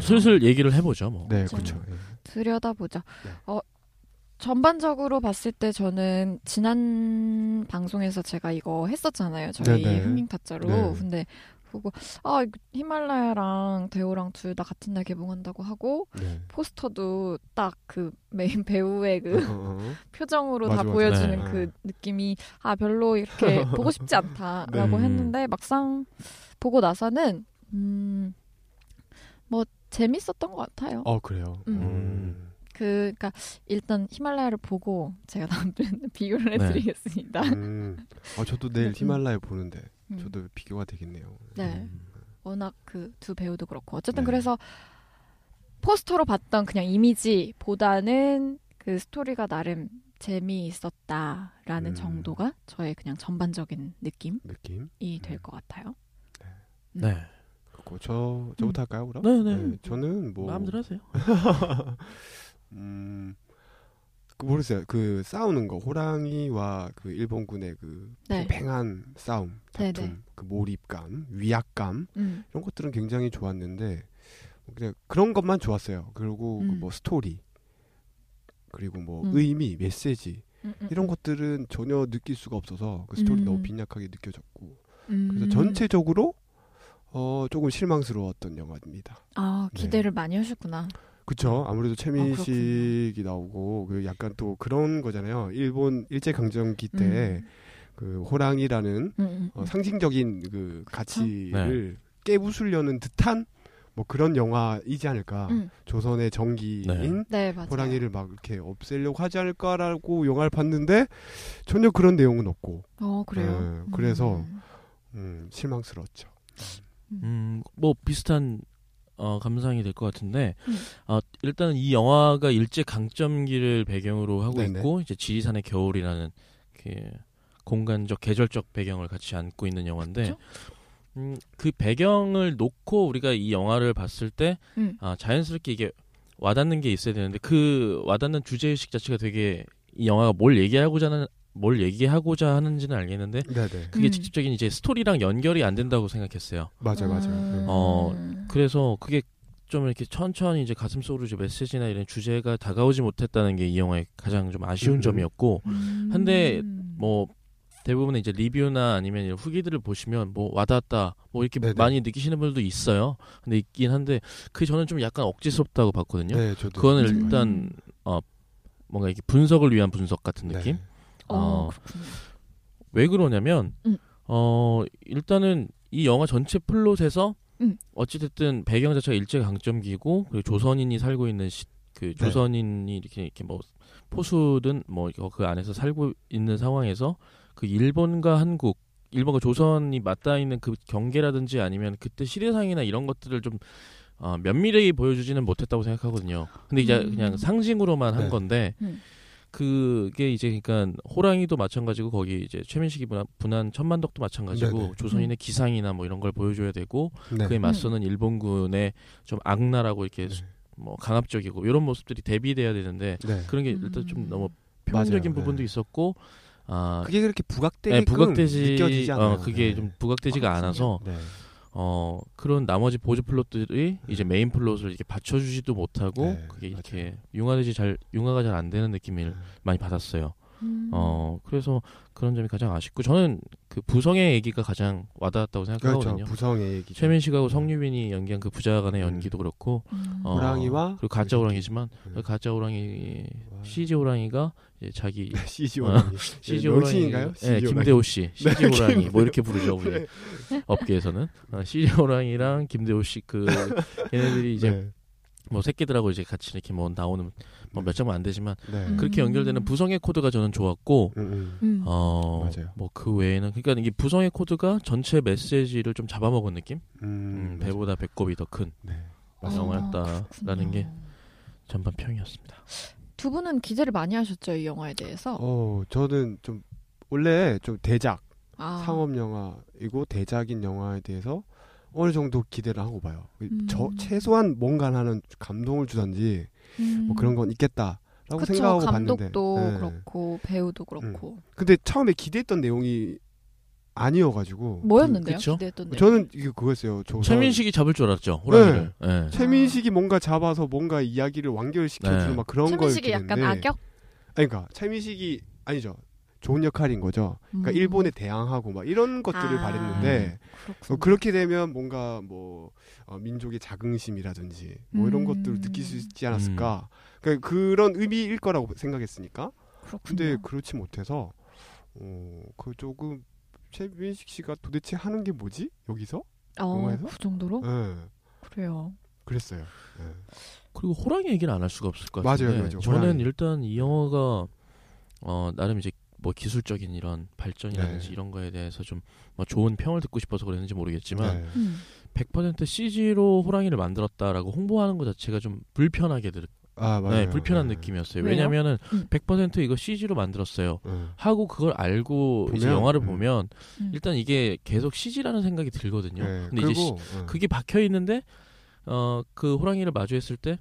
Speaker 2: 그래요.
Speaker 4: 슬슬 얘기를 해보죠. 뭐.
Speaker 5: 네,
Speaker 2: 그렇죠.
Speaker 5: 그렇죠.
Speaker 2: 들여다보자.
Speaker 5: 네.
Speaker 2: 어, 전반적으로 봤을 때 저는 지난 방송에서 제가 이거 했었잖아요. 저희
Speaker 5: 네네.
Speaker 2: 흥민타짜로.
Speaker 5: 네.
Speaker 2: 근데 보고 아 이거 히말라야랑 대호랑 둘 다 같은 날 개봉한다고 하고
Speaker 5: 네.
Speaker 2: 포스터도 딱 그 메인 배우의 그
Speaker 5: 어, 어, 어.
Speaker 2: 표정으로
Speaker 5: 맞아,
Speaker 2: 다
Speaker 5: 맞아.
Speaker 2: 보여주는
Speaker 5: 네.
Speaker 2: 그 느낌이 아 별로 이렇게 보고 싶지 않다라고
Speaker 4: 네.
Speaker 2: 했는데 막상 보고 나서는 음. 뭐 재밌었던 것 같아요.
Speaker 5: 어, 그래요.
Speaker 2: 음.
Speaker 5: 음.
Speaker 2: 그, 그니까, 일단 히말라야를 보고 제가 다음 주에 비교를
Speaker 4: 네.
Speaker 2: 해드리겠습니다.
Speaker 5: 음. 아, 저도 내일
Speaker 2: 음.
Speaker 5: 히말라야 보는데
Speaker 2: 음.
Speaker 5: 저도 비교가 되겠네요.
Speaker 2: 네.
Speaker 4: 음.
Speaker 2: 워낙 그 두 배우도 그렇고. 어쨌든
Speaker 5: 네.
Speaker 2: 그래서 포스터로 봤던 그냥 이미지보다는 그 스토리가 나름 재미있었다라는
Speaker 5: 음.
Speaker 2: 정도가 저의 그냥 전반적인 느낌이
Speaker 4: 음.
Speaker 5: 느낌.
Speaker 2: 될 것 같아요.
Speaker 4: 네.
Speaker 5: 그거 저 저부터 할까요, 그럼?
Speaker 4: 네, 네.
Speaker 5: 저는 뭐
Speaker 4: 마음대로 하세요.
Speaker 5: 음. 그 모르겠어요. 그 싸우는 거 호랑이와 그 일본군의 그
Speaker 2: 네.
Speaker 5: 팽팽한 싸움,
Speaker 2: 네,
Speaker 5: 다툼,
Speaker 2: 네.
Speaker 5: 그 몰입감, 위압감
Speaker 2: 음.
Speaker 5: 이런 것들은 굉장히 좋았는데 뭐 그냥 그런 것만 좋았어요. 그리고
Speaker 2: 음.
Speaker 5: 그뭐 스토리 그리고 뭐
Speaker 2: 음.
Speaker 5: 의미, 메시지
Speaker 2: 음, 음,
Speaker 5: 이런 것들은 전혀 느낄 수가 없어서 그 스토리
Speaker 2: 음.
Speaker 5: 너무 빈약하게 느껴졌고
Speaker 2: 음.
Speaker 5: 그래서 전체적으로 어 조금 실망스러웠던 영화입니다.
Speaker 2: 아,
Speaker 5: 네.
Speaker 2: 기대를 많이 하셨구나.
Speaker 5: 그쵸 아무래도
Speaker 2: 아,
Speaker 5: 최민식이 나오고 그 약간 또 그런 거잖아요. 일본 일제 강점기 때 그 호랑이라는
Speaker 2: 음, 음,
Speaker 5: 어,
Speaker 2: 음.
Speaker 5: 상징적인 그 가치를
Speaker 4: 네.
Speaker 5: 깨부수려는 듯한 뭐 그런 영화이지 않을까.
Speaker 2: 음.
Speaker 5: 조선의 정기인
Speaker 4: 네.
Speaker 2: 네, 맞아요.
Speaker 5: 호랑이를 막 이렇게 없애려고 하지 않을까라고 영화를 봤는데 전혀 그런 내용은 없고
Speaker 2: 어, 그래요.
Speaker 5: 네, 그래서
Speaker 2: 음.
Speaker 5: 음, 실망스러웠죠.
Speaker 4: 음, 뭐 비슷한 어, 감상이 될 것 같은데
Speaker 2: 음.
Speaker 4: 어, 일단은 이 영화가 일제 강점기를 배경으로 하고
Speaker 5: 네네.
Speaker 4: 있고 이제 지리산의 겨울이라는 그 공간적 계절적 배경을 같이 안고 있는 영화인데
Speaker 2: 그쵸?
Speaker 4: 음, 그 배경을 놓고 우리가 이 영화를 봤을 때
Speaker 2: 음.
Speaker 4: 아, 자연스럽게 이게 와닿는 게 있어야 되는데 그 와닿는 주제 의식 자체가 되게 이 영화가 뭘 얘기하고자 하는 뭘 얘기하고자 하는지는 알겠는데
Speaker 5: 네네.
Speaker 4: 그게
Speaker 2: 음.
Speaker 4: 직접적인 이제 스토리랑 연결이 안 된다고 생각했어요.
Speaker 5: 맞아요, 맞아요.
Speaker 2: 음.
Speaker 5: 네.
Speaker 4: 어, 그래서 그게 좀 이렇게 천천히 이제 가슴 속으로 이제 메시지나 이런 주제가 다가오지 못했다는 게 이 영화의 가장 좀 아쉬운
Speaker 5: 음.
Speaker 4: 점이었고
Speaker 2: 음.
Speaker 4: 한데 뭐 대부분의 이제 리뷰나 아니면 이런 후기들을 보시면 뭐 와닿았다 뭐 이렇게
Speaker 5: 네네.
Speaker 4: 많이 느끼시는 분들도 있어요. 근데 있긴 한데 그 저는 좀 약간 억지스럽다고 봤거든요.
Speaker 5: 네, 저도.
Speaker 4: 그거는
Speaker 5: 맞아요.
Speaker 4: 일단 어 뭔가 이렇게 분석을 위한 분석 같은 느낌.
Speaker 5: 네.
Speaker 2: 어,
Speaker 4: 어.
Speaker 2: 그렇군요.
Speaker 4: 왜 그러냐면
Speaker 2: 음.
Speaker 4: 어 일단은 이 영화 전체 플롯에서
Speaker 2: 음.
Speaker 4: 어찌됐든 배경 자체가 일제 강점기고 그리고 조선인이 살고 있는 시, 그 조선인이 이렇게 이렇게 뭐 포수든 뭐 그 안에서 살고 있는 상황에서 그 일본과 한국 일본과 조선이 맞닿아 있는 그 경계라든지 아니면 그때 시대상이나 이런 것들을 좀 어, 면밀하게 보여주지는 못했다고 생각하거든요. 근데 이제
Speaker 2: 음.
Speaker 4: 그냥 상징으로만 한
Speaker 5: 네.
Speaker 4: 건데
Speaker 2: 음.
Speaker 4: 그게 이제 그러니까 호랑이도 마찬가지고 거기 이제 최민식이 분한, 분한 천만덕도 마찬가지고
Speaker 5: 네네.
Speaker 4: 조선인의 기상이나 뭐 이런 걸 보여줘야 되고
Speaker 5: 네.
Speaker 4: 그에 맞서는 일본군의 좀 악랄하고 이렇게
Speaker 5: 네.
Speaker 4: 뭐 강압적이고 이런 모습들이 대비돼야 되는데
Speaker 5: 네.
Speaker 4: 그런 게
Speaker 2: 음.
Speaker 4: 일단 좀 너무 표현적인
Speaker 5: 맞아요.
Speaker 4: 부분도
Speaker 5: 네.
Speaker 4: 있었고 아
Speaker 5: 그게 그렇게 부각되게
Speaker 4: 네, 부각되지
Speaker 5: 느껴지지 않아요.
Speaker 4: 어 그게
Speaker 5: 네.
Speaker 4: 좀 부각되지가 않아서
Speaker 5: 네.
Speaker 4: 어 그런 나머지 보조 플롯들이 이제 메인 플롯을 이렇게 받쳐주지도 못하고
Speaker 5: 네,
Speaker 4: 그게 이렇게 융화되지 잘 융화가 잘 안 되는 느낌을 많이 받았어요.
Speaker 2: 음.
Speaker 4: 어 그래서 그런 점이 가장 아쉽고 저는 그 부성의 얘기가 가장 와닿았다고
Speaker 5: 그렇죠.
Speaker 4: 생각하거든요.
Speaker 5: 부성의 얘기.
Speaker 4: 최민식하고 성유빈이 연기한 그 부자간의 연기도 그렇고
Speaker 2: 음.
Speaker 4: 어,
Speaker 5: 호랑이와 아.
Speaker 4: 그리고 가짜 호랑이지만 그
Speaker 5: 음.
Speaker 4: 가짜 호랑이 CG 호랑이 가 자기
Speaker 5: CG 호랑이.
Speaker 4: CG
Speaker 5: 예, 명칭인가요?
Speaker 4: 호랑이인가요? 어, 네,
Speaker 5: CG 호랑이.
Speaker 4: 김대호 씨 CG
Speaker 5: 네,
Speaker 4: 호랑이
Speaker 5: 김대호. 네.
Speaker 4: 뭐 이렇게 부르죠 우리 업계에서는 어, CG 호랑이랑 김대호 씨 그 얘네들이 이제
Speaker 5: 네.
Speaker 4: 뭐 새끼들하고 이제 같이 이렇게 뭐 나오는 뭐 몇 장만 안 되지만
Speaker 5: 네.
Speaker 2: 음.
Speaker 4: 그렇게 연결되는 부성의 코드가 저는 좋았고
Speaker 5: 음, 음.
Speaker 2: 음.
Speaker 4: 어,
Speaker 5: 맞아요.
Speaker 4: 뭐 그 외에는 그러니까 이게 부성의 코드가 전체 메시지를 좀 잡아먹은 느낌? 음,
Speaker 5: 음,
Speaker 4: 배보다 배꼽이 더 큰
Speaker 5: 네.
Speaker 2: 아,
Speaker 5: 맞아요.
Speaker 4: 영화였다라는 게
Speaker 2: 그렇군요.
Speaker 4: 전반 평이었습니다.
Speaker 2: 두 분은 기대를 많이 하셨죠 이 영화에 대해서.
Speaker 5: 어, 저는 좀 원래 좀 대작
Speaker 2: 아.
Speaker 5: 상업 영화이고 대작인 영화에 대해서 어느 정도 기대를 하고 봐요. 그
Speaker 2: 음.
Speaker 5: 저 최소한 뭔가 하는 감동을 주던지
Speaker 2: 음.
Speaker 5: 뭐 그런 건 있겠다라고
Speaker 2: 그쵸,
Speaker 5: 생각하고
Speaker 2: 감독도
Speaker 5: 봤는데. 네.
Speaker 2: 그렇고 배우도 그렇고
Speaker 5: 근데 처음에 기대했던 내용이 아니어가지고
Speaker 2: 뭐였는데요?
Speaker 4: 그쵸?
Speaker 2: 기대했던 내용.
Speaker 5: 저는 이게 네. 그거였어요. 저
Speaker 4: 최민식이 잡을 줄 알았죠 호랑이를. 예.
Speaker 5: 최민식이 뭔가 잡아서 뭔가 이야기를 완결시켜주는
Speaker 4: 네.
Speaker 5: 막 그런 걸
Speaker 2: 최민식이 약간
Speaker 5: 기대했는데.
Speaker 2: 악역.
Speaker 5: 아니, 그러니까 최민식이 아니죠. 좋은 역할인 거죠. 그러니까
Speaker 2: 음.
Speaker 5: 일본에 대항하고 막 이런 것들을
Speaker 2: 아.
Speaker 5: 바랬는데
Speaker 2: 그렇군요.
Speaker 5: 어, 그렇게 되면 뭔가 뭐 어, 민족의 자긍심이라든지 뭐 이런
Speaker 2: 음.
Speaker 5: 것들을 느낄 수 있지 않았을까. 그러니까 그런 의미일 거라고 생각했으니까.
Speaker 2: 그렇군요.
Speaker 5: 근데 그렇지 못해서 어, 그 조금 최민식 씨가 도대체 하는 게 뭐지 여기서?
Speaker 2: 어,
Speaker 5: 영화에서?
Speaker 2: 그 정도로
Speaker 5: 예,
Speaker 2: 그래요.
Speaker 5: 그랬어요. 예.
Speaker 4: 그리고 호랑이 얘기를 안 할 수가 없을 것
Speaker 5: 맞아요,
Speaker 4: 같은데
Speaker 5: 맞아요.
Speaker 4: 저는
Speaker 5: 호랑이.
Speaker 4: 일단 이 영화가 어, 나름 이제 뭐 기술적인 이런 발전이라든지
Speaker 5: 네.
Speaker 4: 이런 거에 대해서 좀 뭐 좋은 평을 듣고 싶어서 그랬는지 모르겠지만
Speaker 5: 네.
Speaker 4: 100% CG로 호랑이를 만들었다라고 홍보하는 것 자체가 좀 불편하게 들,
Speaker 5: 아 맞아요.
Speaker 4: 네, 불편한
Speaker 5: 예.
Speaker 4: 느낌이었어요.
Speaker 2: 왜요?
Speaker 4: 왜냐면은
Speaker 2: 음.
Speaker 4: 100% 이거 CG로 만들었어요.
Speaker 5: 예.
Speaker 4: 하고 그걸 알고 이제
Speaker 5: 보면,
Speaker 4: 영화를
Speaker 5: 음.
Speaker 4: 보면
Speaker 2: 음.
Speaker 4: 일단 이게 계속 CG라는 생각이 들거든요.
Speaker 5: 예,
Speaker 4: 근데 이제 시-
Speaker 5: 예.
Speaker 4: 그게 박혀 있는데 어 그 호랑이를 마주했을 때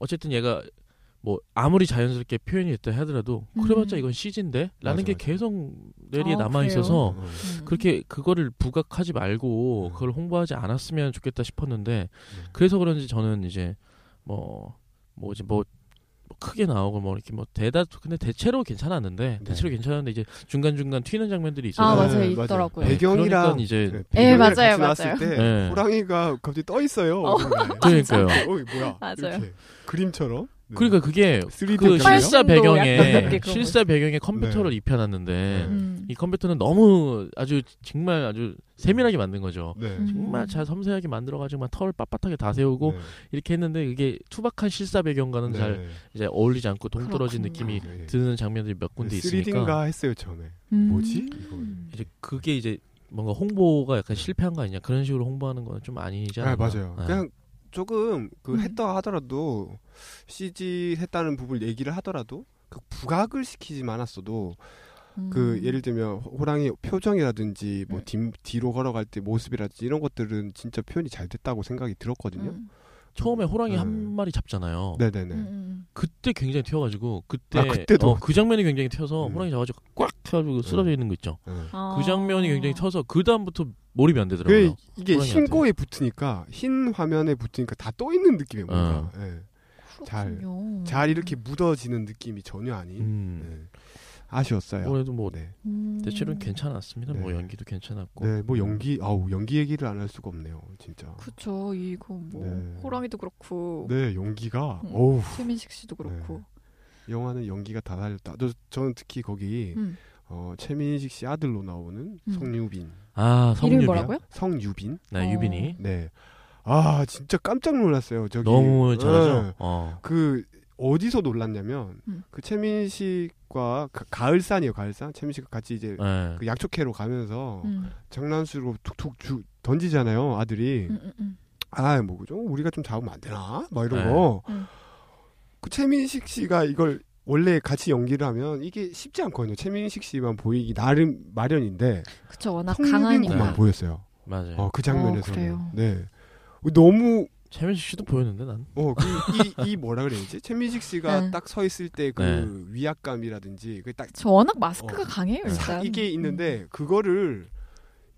Speaker 4: 어쨌든 얘가 뭐 아무리 자연스럽게 표현이 됐다 하더라도
Speaker 2: 음.
Speaker 4: 그래봤자 이건 CG인데라는
Speaker 5: 맞아,
Speaker 4: 게
Speaker 5: 맞아.
Speaker 4: 계속 뇌리에
Speaker 2: 아,
Speaker 4: 남아
Speaker 5: 어,
Speaker 4: 있어서
Speaker 5: 어.
Speaker 2: 음.
Speaker 4: 그렇게 그거를 부각하지
Speaker 5: 음.
Speaker 4: 말고 그걸 홍보하지 않았으면 좋겠다 싶었는데 그래서 그런지 저는 이제 뭐 뭐지 뭐, 뭐 크게 나오고 뭐 이렇게 뭐 대다 근데 대체로 괜찮았는데 대체로 괜찮았는데 이제 중간 중간 튀는 장면들이 있어서
Speaker 2: 아
Speaker 5: 네,
Speaker 2: 맞아요
Speaker 5: 맞아요.
Speaker 2: 있더라고요.
Speaker 5: 네. 배경이랑-
Speaker 4: 그러니까 이제
Speaker 5: 네,
Speaker 2: 예,
Speaker 5: 배경을
Speaker 2: 맞아요,
Speaker 5: 같이
Speaker 2: 맞아요.
Speaker 5: 나왔을 때
Speaker 4: 예.
Speaker 5: 호랑이가 갑자기 떠 있어요.
Speaker 2: 어.
Speaker 5: 어딘가에.
Speaker 4: 그러니까요.
Speaker 5: 어, 이거 뭐야?
Speaker 2: 맞아요.
Speaker 5: 이렇게 그림처럼. 네.
Speaker 4: 그러니까 그게
Speaker 5: 3D
Speaker 4: 그
Speaker 5: 경이에요?
Speaker 4: 실사
Speaker 2: 팔순도 약간
Speaker 4: 배경에
Speaker 2: 그렇게 그런
Speaker 4: 실사 배경에 컴퓨터를
Speaker 5: 네.
Speaker 4: 입혀놨는데
Speaker 2: 음.
Speaker 4: 이 컴퓨터는 너무 아주 정말 아주 세밀하게 만든 거죠.
Speaker 5: 네.
Speaker 2: 음.
Speaker 4: 정말 잘 섬세하게 만들어가지고 막 털 빳빳하게 다 세우고
Speaker 5: 네.
Speaker 4: 이렇게 했는데 그게 투박한 실사 배경과는
Speaker 5: 네.
Speaker 4: 잘 이제 어울리지 않고 동떨어진
Speaker 2: 그렇군요.
Speaker 4: 느낌이
Speaker 5: 네.
Speaker 4: 드는 장면들이 몇 군데 있으니까
Speaker 5: 3D인가 했어요 처음에.
Speaker 2: 음.
Speaker 5: 뭐지? 이거.
Speaker 4: 이제 그게 이제 뭔가 홍보가 약간 실패한 거 아니냐 그런 식으로 홍보하는 거는 좀 아니지 않나?
Speaker 5: 아, 맞아요.
Speaker 4: 네.
Speaker 5: 그냥 조금 그
Speaker 2: 음.
Speaker 5: 했다 하더라도 CG 했다는 부분을 얘기를 하더라도 그 부각을 시키지 않았어도 그 예를 들면 호- 호랑이 표정이라든지 뭐
Speaker 2: 음.
Speaker 5: 뒷- 뒤로 걸어갈 때 모습이라든지 이런 것들은 진짜 표현이 잘 됐다고 생각이 들었거든요.
Speaker 4: 처음에 호랑이
Speaker 5: 음.
Speaker 4: 한 마리 잡잖아요.
Speaker 5: 네네네.
Speaker 2: 음.
Speaker 4: 그때 굉장히 튀어가지고 그때
Speaker 5: 아, 그때도? 네.
Speaker 4: 어, 그 장면이 굉장히 튀어서
Speaker 5: 음.
Speaker 4: 호랑이 잡아가지고 꽉 튀어가지고 쓰러져 있는 거 있죠.
Speaker 5: 음.
Speaker 2: 아.
Speaker 4: 그 장면이 굉장히 튀어서 그 다음부터 몰입이 안
Speaker 5: 그
Speaker 4: 되더라고요.
Speaker 5: 이게
Speaker 4: 호랑이한테.
Speaker 5: 흰 거에 붙으니까 흰 화면에 붙으니까 다 떠 있는 느낌이에요. 뭔가. 예. 잘-
Speaker 2: 음. 그렇군요.
Speaker 5: 잘 이렇게 묻어지는 느낌이 전혀 아닌.
Speaker 4: 음.
Speaker 5: 예. 아쉬웠어요.
Speaker 4: 올해도 뭐
Speaker 5: 네.
Speaker 2: 음.
Speaker 4: 대체로는 괜찮았습니다.
Speaker 5: 네.
Speaker 4: 뭐 연기도 괜찮았고.
Speaker 5: 네, 뭐 연기 아우 연기 얘기를 안 할 수가 없네요, 진짜.
Speaker 2: 그쵸 이거 뭐
Speaker 5: 네.
Speaker 2: 호랑이도 그렇고
Speaker 5: 네, 연기가
Speaker 2: 음.
Speaker 5: 어우
Speaker 2: 최민식 씨도 그렇고
Speaker 5: 영화는 연기가 다 달렸다. 저, 저는 특히 거기
Speaker 2: 음.
Speaker 5: 어, 최민식 씨 아들로 나오는
Speaker 2: 음.
Speaker 5: 성유빈,
Speaker 4: 아
Speaker 2: 이름이
Speaker 4: 성유빈.
Speaker 2: 뭐라고요?
Speaker 5: 성유빈,
Speaker 4: 네
Speaker 2: 어.
Speaker 4: 유빈이
Speaker 5: 네. 아 진짜 깜짝 놀랐어요. 저기
Speaker 4: 너무 잘하죠.
Speaker 5: 네.
Speaker 4: 어.
Speaker 5: 그 어디서 놀랐냐면
Speaker 2: 음.
Speaker 5: 그 최민식과 가- 가을산이에요. 가을산 최민식과 같이 이제
Speaker 4: 네.
Speaker 5: 그 약초캐로 가면서
Speaker 2: 음.
Speaker 5: 장난수로 툭툭 주, 던지잖아요. 아들이
Speaker 2: 음, 음, 음.
Speaker 5: 아, 뭐, 좀 우리가 좀 잡으면 안 되나? 막 이런
Speaker 4: 네.
Speaker 5: 거.
Speaker 2: 음.
Speaker 5: 그 최민식 씨가 이걸 원래 같이 연기를 하면 이게 쉽지 않거든요. 최민식 씨만 보이기 나름 마련인데
Speaker 2: 그쵸 워낙
Speaker 5: 성유빈만
Speaker 2: 강하니까
Speaker 4: 네.
Speaker 5: 보였어요.
Speaker 4: 맞아요.
Speaker 5: 어, 그 장면에서는.
Speaker 2: 그래요?
Speaker 5: 네. 너무
Speaker 4: 최민식 씨도 보였는데 난.
Speaker 5: 어, 그, 이, 이 뭐라 그래야지? 최민식 씨가
Speaker 2: 네.
Speaker 5: 딱 서 있을 때 그
Speaker 4: 네.
Speaker 5: 위압감이라든지 그딱
Speaker 2: 저 워낙 마스크가
Speaker 5: 어.
Speaker 2: 강해요 네. 일단 음.
Speaker 5: 이게 있는데 그거를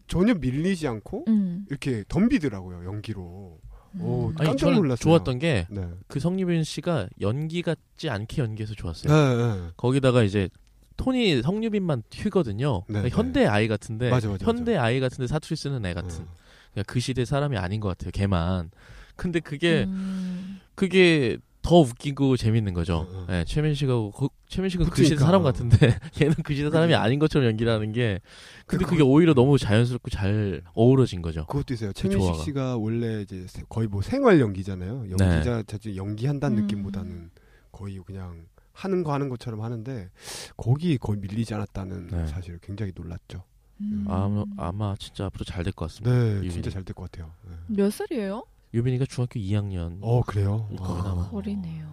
Speaker 5: 전혀 밀리지 않고
Speaker 2: 음.
Speaker 5: 이렇게 덤비더라고요 연기로.
Speaker 2: 음.
Speaker 5: 오,
Speaker 4: 아니
Speaker 5: 깜짝
Speaker 4: 저는
Speaker 5: 놀랐어요.
Speaker 4: 좋았던 게 그
Speaker 5: 네.
Speaker 4: 성유빈 씨가 연기 같지 않게 연기해서 좋았어요.
Speaker 5: 네,
Speaker 4: 거기다가 이제 톤이 성유빈만 튀거든요.
Speaker 5: 네,
Speaker 4: 그러니까
Speaker 5: 네.
Speaker 4: 현대 아이 같은데
Speaker 5: 맞아, 맞아,
Speaker 4: 현대 아이 같은데 사투리 쓰는 애
Speaker 5: 네.
Speaker 4: 같은 그러니까 그 시대 사람이 아닌 것 같아요. 걔만. 근데 그게
Speaker 2: 음.
Speaker 4: 그게 더 웃기고 재밌는 거죠.
Speaker 5: 응, 응.
Speaker 4: 예, 최민식하고 그, 최민식은 그
Speaker 5: 음, 그러니까.
Speaker 4: 시대 사람 같은데 얘는 그 시대 사람이 아닌 것처럼 연기하는 게 근데 그게 오히려 너무 자연스럽고 잘 어우러진 거죠.
Speaker 5: 그것도 있어요. 최민식
Speaker 4: 조화가. 네.
Speaker 5: 씨가 원래 이제 세- 거의 뭐 생활 연기잖아요. 연기자 자체 연기한다는
Speaker 2: 음.
Speaker 5: 느낌보다는 거의 그냥 하는 거 하는 것처럼 하는데 거기 거의 밀리지 않았다는
Speaker 4: 네.
Speaker 5: 사실 굉장히 놀랐죠.
Speaker 2: 음.
Speaker 4: 아마, 아마 진짜 앞으로 잘 될 것 같습니다.
Speaker 5: 네,
Speaker 4: 유빈이.
Speaker 5: 진짜 잘 될 것 같아요. 네.
Speaker 2: 몇 살이에요?
Speaker 4: 유빈이가 중학교 2학년
Speaker 5: 어 그래요.
Speaker 4: 음. 거의 다
Speaker 5: 와.
Speaker 2: 어리네요.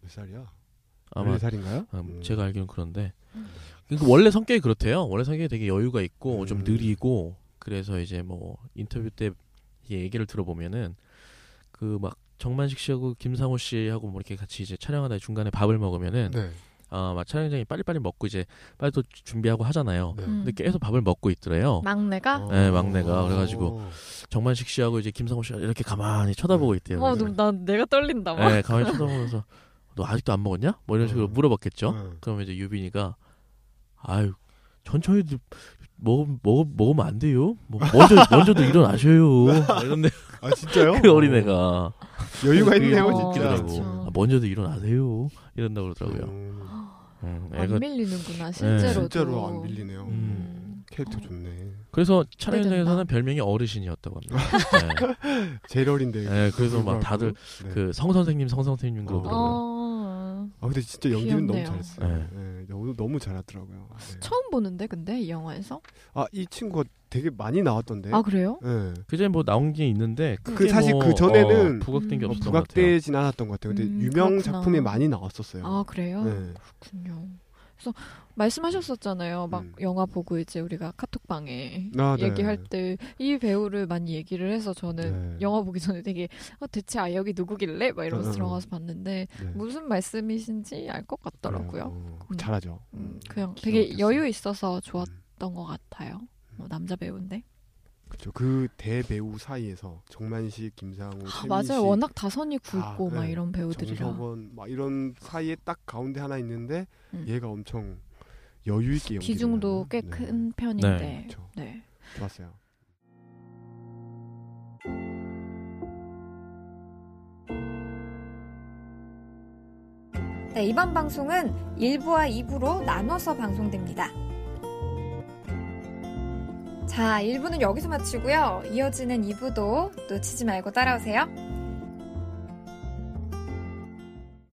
Speaker 5: 몇 살이야?
Speaker 4: 아마
Speaker 5: 14살인가요? 음.
Speaker 4: 아, 제가 알기로는 그런데
Speaker 2: 음.
Speaker 4: 그러니까 원래 성격이 그렇대요. 원래 성격이 되게 여유가 있고 좀
Speaker 5: 음.
Speaker 4: 느리고 그래서 이제 뭐 인터뷰 때 얘기를 들어보면은 그 막 정만식 씨하고 김상호 씨하고 뭐 이렇게 같이 이제 촬영하다 중간에 밥을 먹으면은
Speaker 5: 네.
Speaker 4: 아막 촬영장이 빨리빨리 먹고 이제 빨리 또 주- 준비하고 하잖아요.
Speaker 5: 네. 어,
Speaker 2: 음.
Speaker 4: 근데 계속 밥을 먹고 있더래요.
Speaker 2: 막내가?
Speaker 4: 네, 막내가. 그래가지고. 정만식 씨하고 이제 김상호 씨가 이렇게 가만히
Speaker 5: 네.
Speaker 4: 쳐다보고 있대요.
Speaker 2: 어, 너무 나 내가 떨린다 막.
Speaker 4: 네, 가만히 쳐다보면서 너 아직도 안 먹었냐? 뭐 이런 식으로
Speaker 5: 음.
Speaker 4: 물어봤겠죠.
Speaker 5: 음.
Speaker 4: 그러면 이제 유빈이가 아유 천천히 드- 먹, 먹, 먹으면 안 돼요. 뭐 먼저 먼저도 일어나셔요. 막 이런데
Speaker 5: 아 진짜요?
Speaker 4: 그 어린애가
Speaker 5: 여유가
Speaker 4: 그게
Speaker 5: 있네요,
Speaker 4: 너무
Speaker 5: 진짜.
Speaker 4: 웃기더라고.
Speaker 2: 진짜.
Speaker 4: 아, 먼저도 일어나세요. 이런다 고 그러더라고요.
Speaker 5: 음.
Speaker 4: 음,
Speaker 2: 안
Speaker 4: 애가
Speaker 2: 밀리는구나 실제로도.
Speaker 5: 네. 진짜로 안 밀리네요.
Speaker 2: 음.
Speaker 5: 캐릭터 좋네.
Speaker 4: 그래서 촬영장에서는
Speaker 2: 기대된다.
Speaker 4: 별명이 어르신이었다고 합니다.
Speaker 5: 제일 어린데.
Speaker 4: 네, 네, 그래서 막 다들
Speaker 5: 네.
Speaker 4: 그성 선생님, 성 선생님 그러더라고요.
Speaker 2: 어.
Speaker 5: 아 근데 진짜 연기는 너무
Speaker 2: 귀엽네요.
Speaker 5: 잘했어요.
Speaker 4: 네.
Speaker 5: 네, 너무 너무 잘하더라고요. 네.
Speaker 2: 처음 보는데 근데 이 영화에서?
Speaker 5: 아이 친구가 되게 많이 나왔던데.
Speaker 2: 아 그래요?
Speaker 5: 네.
Speaker 4: 그전에 뭐 나온 게 있는데 그게
Speaker 5: 그 사실
Speaker 4: 뭐,
Speaker 5: 그 전에는
Speaker 4: 어, 부각된 게
Speaker 2: 음.
Speaker 5: 어,
Speaker 4: 없었던 것
Speaker 5: 부각되진 않았던 것 같아요. 근데
Speaker 2: 음,
Speaker 5: 유명
Speaker 2: 그렇구나.
Speaker 5: 작품에 많이 나왔었어요.
Speaker 2: 아 그래요?
Speaker 5: 네.
Speaker 2: 그렇군요. 그래서 말씀하셨었잖아요. 막
Speaker 5: 음.
Speaker 2: 영화 보고 이제 우리가 카톡방에
Speaker 5: 아, 네.
Speaker 2: 얘기할 때 이 배우를 많이 얘기를 해서 저는
Speaker 5: 네.
Speaker 2: 영화 보기 전에 되게 어, 대체 아 여기 누구길래 막 이러면서
Speaker 5: 음, 음.
Speaker 2: 들어가서 봤는데
Speaker 5: 네.
Speaker 2: 무슨 말씀이신지 알 것 같더라고요.
Speaker 5: 어,
Speaker 2: 음.
Speaker 5: 잘하죠.
Speaker 2: 음,
Speaker 5: 음,
Speaker 2: 그냥
Speaker 5: 기가
Speaker 2: 되게
Speaker 5: 막혔어요.
Speaker 2: 여유 있어서 좋았던
Speaker 5: 음,
Speaker 2: 것 같아요. 뭐 남자 배우인데.
Speaker 5: 그쵸. 그 대배우 사이에서 정만식, 김상우, 최민식,
Speaker 2: 맞아요. 워낙 다선이 굵고
Speaker 5: 뭐 아,
Speaker 2: 막
Speaker 5: 네.
Speaker 2: 이런 배우들이라.
Speaker 5: 정석원 막 이런 사이에 딱 가운데 하나 있는데
Speaker 2: 음.
Speaker 5: 얘가 엄청 여유 있게 연기를
Speaker 2: 비중도
Speaker 5: 하는. 네.
Speaker 2: 꽤 큰 편인데. 네.
Speaker 5: 그쵸. 좋았어요.
Speaker 6: 네, 이번 방송은 1부와 2부로 나눠서 방송됩니다. 자, 1부는 여기서 마치고요. 이어지는 2부도 놓치지 말고 따라오세요.